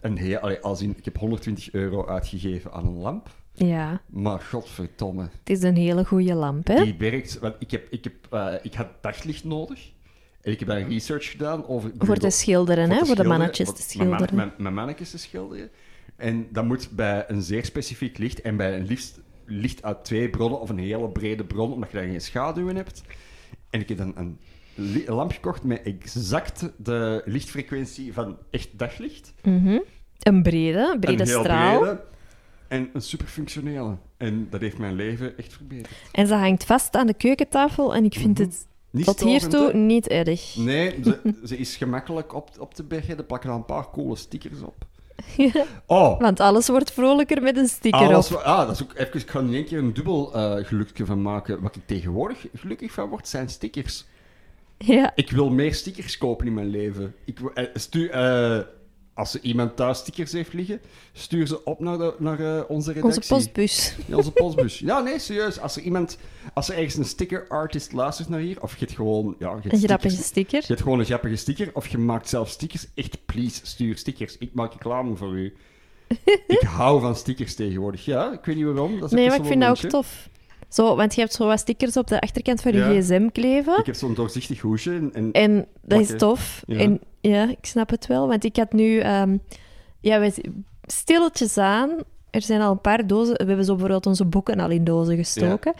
[SPEAKER 3] een heel... Allee, als in, ik heb 120 euro uitgegeven aan een lamp.
[SPEAKER 1] Ja,
[SPEAKER 3] Maar godverdomme,
[SPEAKER 1] het is een hele goede lamp, hè?
[SPEAKER 3] die werkt... Want ik, heb, ik, heb, eh, ik had daglicht nodig. En ik heb daar research gedaan over...
[SPEAKER 1] Voor te schilderen, hè?
[SPEAKER 3] te
[SPEAKER 1] Voor de
[SPEAKER 3] schilderen,
[SPEAKER 1] mannetjes
[SPEAKER 3] want
[SPEAKER 1] te
[SPEAKER 3] mijn man-
[SPEAKER 1] schilderen.
[SPEAKER 3] Mijn, mijn mannetjes te schilderen. En dat moet bij een zeer specifiek licht en bij een liefst licht uit twee bronnen of een hele brede bron, omdat je daar geen schaduwen hebt. En ik heb dan een li- een lamp gekocht met exact de lichtfrequentie van echt daglicht.
[SPEAKER 1] Mhm. Een brede,
[SPEAKER 3] Een
[SPEAKER 1] brede
[SPEAKER 3] heel
[SPEAKER 1] straal.
[SPEAKER 3] brede En een superfunctionele. En dat heeft mijn leven echt verbeterd.
[SPEAKER 1] En ze hangt vast aan de keukentafel en ik vind
[SPEAKER 3] Mhm.
[SPEAKER 1] het
[SPEAKER 3] Niet
[SPEAKER 1] tot
[SPEAKER 3] storend,
[SPEAKER 1] hiertoe
[SPEAKER 3] hè?
[SPEAKER 1] niet erg.
[SPEAKER 3] Nee, ze, ze is gemakkelijk op, op te bergen. Er plakken al een paar coole stickers op. Oh,
[SPEAKER 1] Want alles wordt vrolijker met een sticker
[SPEAKER 3] Alles
[SPEAKER 1] op.
[SPEAKER 3] wa- ah, dat is ook even, ik ga er in één keer een dubbel eh gelukje van maken. Wat ik tegenwoordig gelukkig van word, zijn stickers.
[SPEAKER 1] Ja.
[SPEAKER 3] Ik wil meer stickers kopen in mijn leven. Ik, wil- eh, stu- eh, als er iemand thuis stickers heeft liggen, stuur ze op naar, de, naar eh, onze redactie.
[SPEAKER 1] Onze postbus.
[SPEAKER 3] Ja, onze postbus. Ja, nee, serieus. Als er iemand, als er ergens een sticker artist luistert naar hier, of je hebt gewoon, ja, je hebt
[SPEAKER 1] Een grappige
[SPEAKER 3] stickers-
[SPEAKER 1] sticker.
[SPEAKER 3] je hebt gewoon een grappige sticker, of je maakt zelf stickers. Echt, please, stuur stickers. Ik maak reclame voor u. ik hou van stickers tegenwoordig. Ja, ik weet niet waarom. Dat is
[SPEAKER 1] Nee,
[SPEAKER 3] ook
[SPEAKER 1] maar
[SPEAKER 3] zo'n
[SPEAKER 1] ik vind dat
[SPEAKER 3] momentje.
[SPEAKER 1] ook tof. Zo, want je hebt zo wat stickers op de achterkant van je
[SPEAKER 3] Ja.
[SPEAKER 1] gsm kleven.
[SPEAKER 3] Ik heb zo'n doorzichtig hoesje. En, en-
[SPEAKER 1] En dat is
[SPEAKER 3] Oké.
[SPEAKER 1] tof.
[SPEAKER 3] Ja.
[SPEAKER 1] En ja, ik snap het wel. Want ik had nu... ehm, ja, we, stilletjes aan. Er zijn al een paar dozen... We hebben zo bijvoorbeeld onze boeken al in dozen gestoken.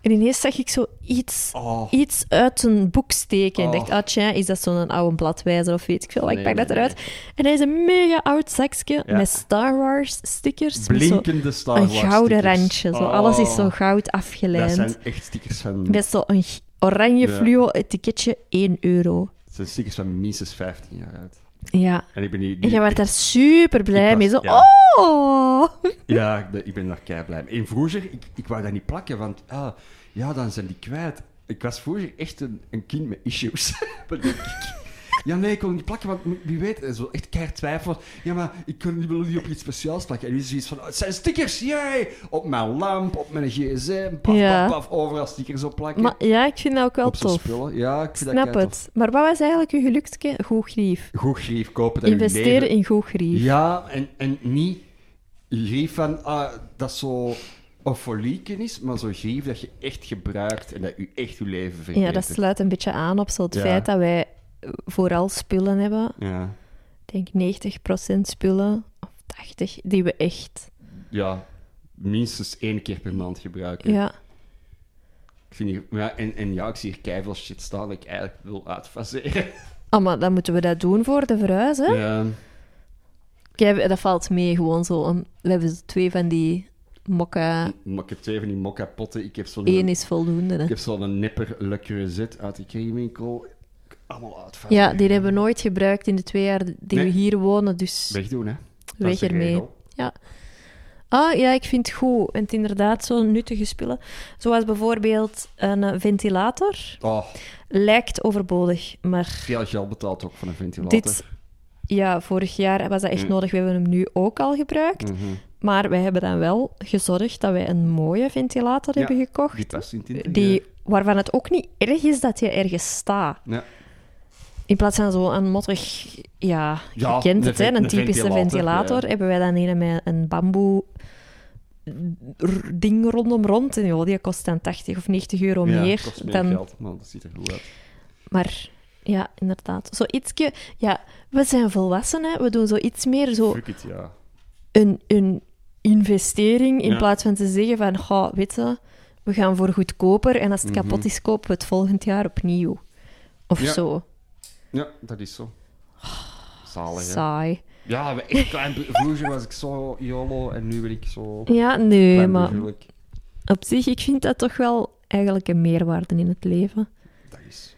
[SPEAKER 1] En ineens zag ik zo iets,
[SPEAKER 3] Oh.
[SPEAKER 1] iets uit een boek steken. En ik
[SPEAKER 3] Oh.
[SPEAKER 1] dacht, ah tja, is dat zo'n oude bladwijzer of weet ik veel. wat. ik
[SPEAKER 3] Nee,
[SPEAKER 1] pak dat
[SPEAKER 3] nee,
[SPEAKER 1] eruit. En hij is een mega oud zakje
[SPEAKER 3] Ja.
[SPEAKER 1] met Star Wars stickers. met zo
[SPEAKER 3] blinkende Star
[SPEAKER 1] een
[SPEAKER 3] Wars
[SPEAKER 1] gouden
[SPEAKER 3] stickers.
[SPEAKER 1] randje. Zo. Alles is zo
[SPEAKER 3] Oh,
[SPEAKER 1] goud
[SPEAKER 3] Dat
[SPEAKER 1] afgelijnd.
[SPEAKER 3] zijn echt stickers van...
[SPEAKER 1] Met zo'n g- oranje
[SPEAKER 3] Ja.
[SPEAKER 1] fluo etiketje 1 euro.
[SPEAKER 3] dat zijn stickers van minstens 15 jaar oud.
[SPEAKER 1] Ja.
[SPEAKER 3] En ik ben die...
[SPEAKER 1] En
[SPEAKER 3] die-
[SPEAKER 1] jij werd daar super blij
[SPEAKER 3] Ik
[SPEAKER 1] mee. Zo,
[SPEAKER 3] was- ja.
[SPEAKER 1] oh!
[SPEAKER 3] Ja, ik ben- ik ben daar kei blij mee. En vroeger, ik, ik wou dat niet plakken, want ah, ja, dan zijn die kwijt. Ik was vroeger echt een, een kind met issues. Maar dan- ja, nee, ik kon niet plakken, want wie weet, eh, zo echt keihard twijfel. Ja, maar ik kon niet, wil niet op iets speciaals plakken. En nu is zoiets van, oh, het zijn stickers, jij! Op mijn lamp, op mijn gsm, paf,
[SPEAKER 1] Ja.
[SPEAKER 3] paf, paf, overal stickers op plakken.
[SPEAKER 1] Maar ja, ik vind dat ook wel
[SPEAKER 3] op zo'n
[SPEAKER 1] tof.
[SPEAKER 3] spullen. Ja, ik vind
[SPEAKER 1] Snap
[SPEAKER 3] dat
[SPEAKER 1] het.
[SPEAKER 3] keitof.
[SPEAKER 1] Maar wat was eigenlijk uw gelukske? Goed grief.
[SPEAKER 3] Goed grief kopen. dat je
[SPEAKER 1] Investeren
[SPEAKER 3] leven-
[SPEAKER 1] in goed grief.
[SPEAKER 3] Ja, en, en niet grief van ah, dat zo een folieken is, maar zo grief dat je echt gebruikt en dat je echt je leven verbetert.
[SPEAKER 1] Ja, dat sluit een beetje aan op zo het
[SPEAKER 3] Ja.
[SPEAKER 1] feit dat wij eh, vooral spullen hebben.
[SPEAKER 3] Ja,
[SPEAKER 1] Ik denk 90% spullen, of 80%, die we echt...
[SPEAKER 3] ja, minstens één keer per maand gebruiken.
[SPEAKER 1] Ja.
[SPEAKER 3] Ik vind hier, ja, en, en ja, ik zie hier keiveel shit staan dat ik eigenlijk wil uitfaseren.
[SPEAKER 1] Oh, maar dan moeten we dat doen voor de verhuizen.
[SPEAKER 3] Ja,
[SPEAKER 1] Kijk, dat valt mee gewoon zo. Een- We hebben zo twee van die mokka.
[SPEAKER 3] maar ik heb twee van die mokka potten. Ik heb zo'n
[SPEAKER 1] Eén is voldoende. Hè.
[SPEAKER 3] ik heb zo'n nipper Le Creuset uit de kringwinkel. Allemaal uitfaseren.
[SPEAKER 1] Ja, die hebben we nooit gebruikt in de twee jaar die we
[SPEAKER 3] Nee.
[SPEAKER 1] hier wonen, dus
[SPEAKER 3] Wegdoen, hè. Dat
[SPEAKER 1] weg
[SPEAKER 3] is de
[SPEAKER 1] ermee.
[SPEAKER 3] regel.
[SPEAKER 1] Ja. Ah, ja, ik vind het goed. En het inderdaad zo'n nuttige spullen. Zoals bijvoorbeeld een eh, ventilator.
[SPEAKER 3] Oh,
[SPEAKER 1] Lijkt overbodig, maar
[SPEAKER 3] veel geld betaald ook van een ventilator.
[SPEAKER 1] dit... Ja, vorig jaar was dat echt
[SPEAKER 3] Mm.
[SPEAKER 1] nodig. We hebben hem nu ook al gebruikt.
[SPEAKER 3] Mhm.
[SPEAKER 1] Maar wij hebben dan wel gezorgd dat wij een mooie ventilator
[SPEAKER 3] Ja,
[SPEAKER 1] hebben gekocht.
[SPEAKER 3] Die past in het interieur.
[SPEAKER 1] die, waarvan het ook niet erg is dat je ergens staat.
[SPEAKER 3] Ja.
[SPEAKER 1] In plaats van zo'n mottig, ja, je
[SPEAKER 3] Ja,
[SPEAKER 1] kent
[SPEAKER 3] een
[SPEAKER 1] het, hè,
[SPEAKER 3] ven-
[SPEAKER 1] een
[SPEAKER 3] een
[SPEAKER 1] typische ventilator,
[SPEAKER 3] ventilator, ja.
[SPEAKER 1] hebben wij dan een met een bamboe r- ding rondom rond. En joh, die kost dan 80 of 90 euro
[SPEAKER 3] Ja,
[SPEAKER 1] meer,
[SPEAKER 3] kost
[SPEAKER 1] dan...
[SPEAKER 3] geld, maar dat ziet er goed uit.
[SPEAKER 1] Maar ja, inderdaad. Zo ietsje... Ja, we zijn volwassenen, we doen zo iets meer zo
[SPEAKER 3] Fuck it, ja.
[SPEAKER 1] een, een investering in
[SPEAKER 3] Ja.
[SPEAKER 1] plaats van te zeggen van, ga, weet je, we gaan voor goedkoper en als het kapot is, kopen we het volgend jaar opnieuw. Of
[SPEAKER 3] Mhm. Ja.
[SPEAKER 1] zo.
[SPEAKER 3] Ja, dat is zo. Zalig, hè?
[SPEAKER 1] Saai.
[SPEAKER 3] Ja, we echt klein... bu- Vroeger was ik zo YOLO en nu ben ik zo...
[SPEAKER 1] Ja, nee,
[SPEAKER 3] klein
[SPEAKER 1] maar
[SPEAKER 3] burgerlijk.
[SPEAKER 1] op zich, ik vind dat toch wel eigenlijk een meerwaarde in het leven.
[SPEAKER 3] Dat is...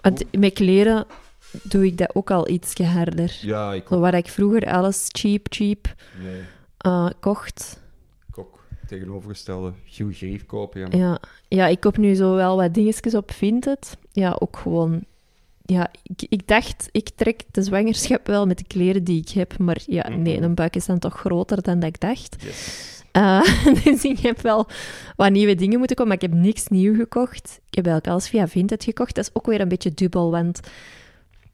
[SPEAKER 1] Want met kleren doe ik dat ook al iets harder.
[SPEAKER 3] Ja, ik
[SPEAKER 1] Zo
[SPEAKER 3] ook.
[SPEAKER 1] Waar ik vroeger alles cheap, cheap
[SPEAKER 3] Nee,
[SPEAKER 1] eh, kocht.
[SPEAKER 3] ik ook. Tegenovergestelde. Hugh Grief kopen, ja.
[SPEAKER 1] Ja. ja, ik koop nu zo wel wat dingetjes op Vinted. Ja, ook gewoon... Ja, ik, ik dacht, ik trek de zwangerschap wel met de kleren die ik heb. Maar ja, nee, een buik is dan toch groter dan dat ik dacht.
[SPEAKER 3] Yes.
[SPEAKER 1] Eh, dus ik heb wel wat nieuwe dingen moeten komen, maar ik heb niks nieuw gekocht. Ik heb eigenlijk alles via Vinted gekocht. Dat is ook weer een beetje dubbel, want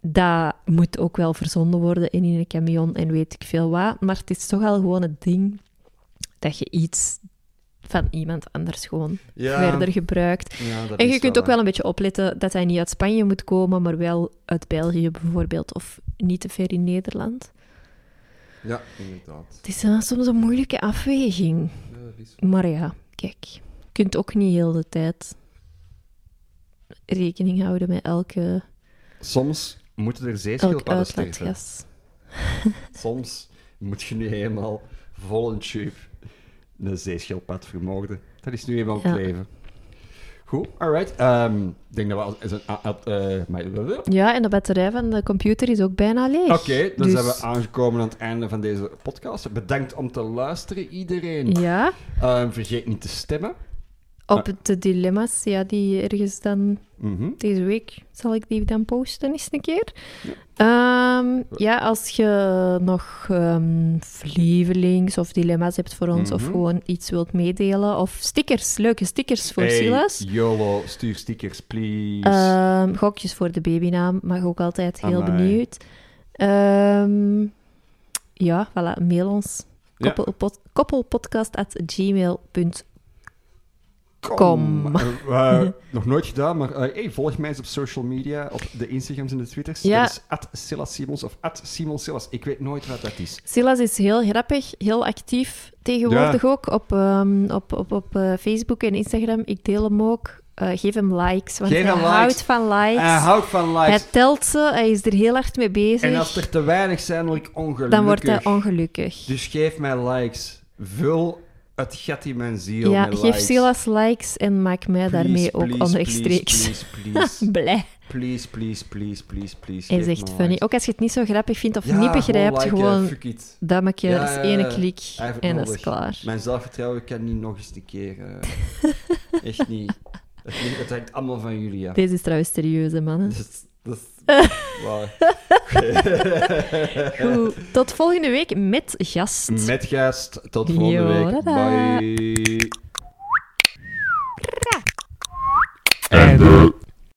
[SPEAKER 1] dat moet ook wel verzonden worden in een camion en weet ik veel wat. Maar het is toch al gewoon het ding dat je iets van iemand anders gewoon
[SPEAKER 4] Ja.
[SPEAKER 1] verder gebruikt.
[SPEAKER 4] Ja, dat
[SPEAKER 1] En je
[SPEAKER 4] is
[SPEAKER 1] kunt ook
[SPEAKER 3] eh,
[SPEAKER 4] waar.
[SPEAKER 1] wel een beetje opletten dat hij niet uit Spanje moet komen, maar wel uit België bijvoorbeeld, of niet te ver in Nederland.
[SPEAKER 4] Ja, inderdaad.
[SPEAKER 1] Het is eh, soms een moeilijke afweging.
[SPEAKER 4] Ja, dat is...
[SPEAKER 1] Maar ja, kijk, je kunt ook niet heel de tijd rekening houden met elke,
[SPEAKER 4] Soms moeten er
[SPEAKER 1] elk
[SPEAKER 4] zeeschildpadden sterven.
[SPEAKER 1] uitlaatgas.
[SPEAKER 4] Soms moet je nu helemaal vol een tube een zeeschildpad vermoorden.
[SPEAKER 3] Dat is nu eenmaal het
[SPEAKER 1] Ja.
[SPEAKER 3] leven. Goed, alright. Ehm, ik denk dat we al is een. ah, ah, eh, maar- Oké,
[SPEAKER 1] Ja, en de batterij van de computer is ook bijna leeg. Dus-
[SPEAKER 3] dan zijn we aangekomen aan het einde van deze podcast. Bedankt om te luisteren, iedereen.
[SPEAKER 1] Ja,
[SPEAKER 3] Ehm, vergeet niet te stemmen.
[SPEAKER 1] op
[SPEAKER 3] Ah.
[SPEAKER 1] de dilemma's, ja, die ergens dan
[SPEAKER 3] Mhm.
[SPEAKER 1] deze week zal ik die dan posten eens een keer.
[SPEAKER 3] Ja.
[SPEAKER 1] Ja, ja als je nog ehm Flevelings of dilemma's hebt voor ons, of
[SPEAKER 3] Mhm.
[SPEAKER 1] gewoon iets wilt meedelen, of stickers, leuke stickers voor
[SPEAKER 3] Hey,
[SPEAKER 1] Silas.
[SPEAKER 3] YOLO, stuur stickers, please.
[SPEAKER 1] Ehm, gokjes voor de babynaam, mag ook altijd heel
[SPEAKER 3] Amai.
[SPEAKER 1] benieuwd. Ehm, ja, voilà, mail ons.
[SPEAKER 3] Ja.
[SPEAKER 1] Koppelpod- Koppelpodcast.gmail.com kom.
[SPEAKER 3] Eh, eh, nog nooit gedaan, maar eh, hey, volg mij eens op social media, op de Instagrams en de Twitters.
[SPEAKER 1] Ja.
[SPEAKER 3] Dat is at Silas Simons of at Simon Silas. Ik weet nooit wat dat is.
[SPEAKER 1] Silas is heel grappig, heel actief tegenwoordig ook op, ehm, op, op, op eh, Facebook en Instagram. Ik deel hem ook. Eh, geef hem likes, want
[SPEAKER 3] Geef
[SPEAKER 1] hij
[SPEAKER 3] hem likes.
[SPEAKER 1] houdt van likes.
[SPEAKER 3] Hij houdt Eh, van
[SPEAKER 1] hij
[SPEAKER 3] likes.
[SPEAKER 1] telt ze, hij is er heel hard mee bezig.
[SPEAKER 3] En als er te weinig zijn, word ik ongelukkig.
[SPEAKER 1] dan wordt hij ongelukkig.
[SPEAKER 3] Dus geef mij likes. Vul het gat in mijn ziel
[SPEAKER 1] ja,
[SPEAKER 3] met
[SPEAKER 1] geef
[SPEAKER 3] likes.
[SPEAKER 1] Silas likes en maak mij
[SPEAKER 3] Please,
[SPEAKER 1] daarmee
[SPEAKER 3] please,
[SPEAKER 1] ook onrechtstreeks
[SPEAKER 3] Please, please,
[SPEAKER 1] blij.
[SPEAKER 3] please, please, please, please, please, please.
[SPEAKER 1] Hij
[SPEAKER 3] geef
[SPEAKER 1] is echt
[SPEAKER 3] me
[SPEAKER 1] funny.
[SPEAKER 3] likes.
[SPEAKER 1] Ook als je het niet zo grappig vindt of
[SPEAKER 3] Ja,
[SPEAKER 1] niet begrijpt,
[SPEAKER 3] liken,
[SPEAKER 1] gewoon
[SPEAKER 3] fuck it.
[SPEAKER 1] dummetje,
[SPEAKER 3] Ja,
[SPEAKER 1] dat is
[SPEAKER 3] ja,
[SPEAKER 1] één
[SPEAKER 3] ja.
[SPEAKER 1] klik
[SPEAKER 3] Hij heeft het
[SPEAKER 1] en dat is
[SPEAKER 3] nodig.
[SPEAKER 1] klaar.
[SPEAKER 3] Mijn zelfvertrouwen kan niet nog eens een keer. eh, echt niet. Het, ligt- het hangt allemaal van jullie af.
[SPEAKER 1] Deze is trouwens serieus, hè, mannen.
[SPEAKER 3] Dat is- dat is- waar.
[SPEAKER 1] Goed, tot volgende week met gast.
[SPEAKER 3] Met gast, tot volgende
[SPEAKER 1] Yo,
[SPEAKER 3] week.
[SPEAKER 1] dada.
[SPEAKER 3] Bye.
[SPEAKER 5] En de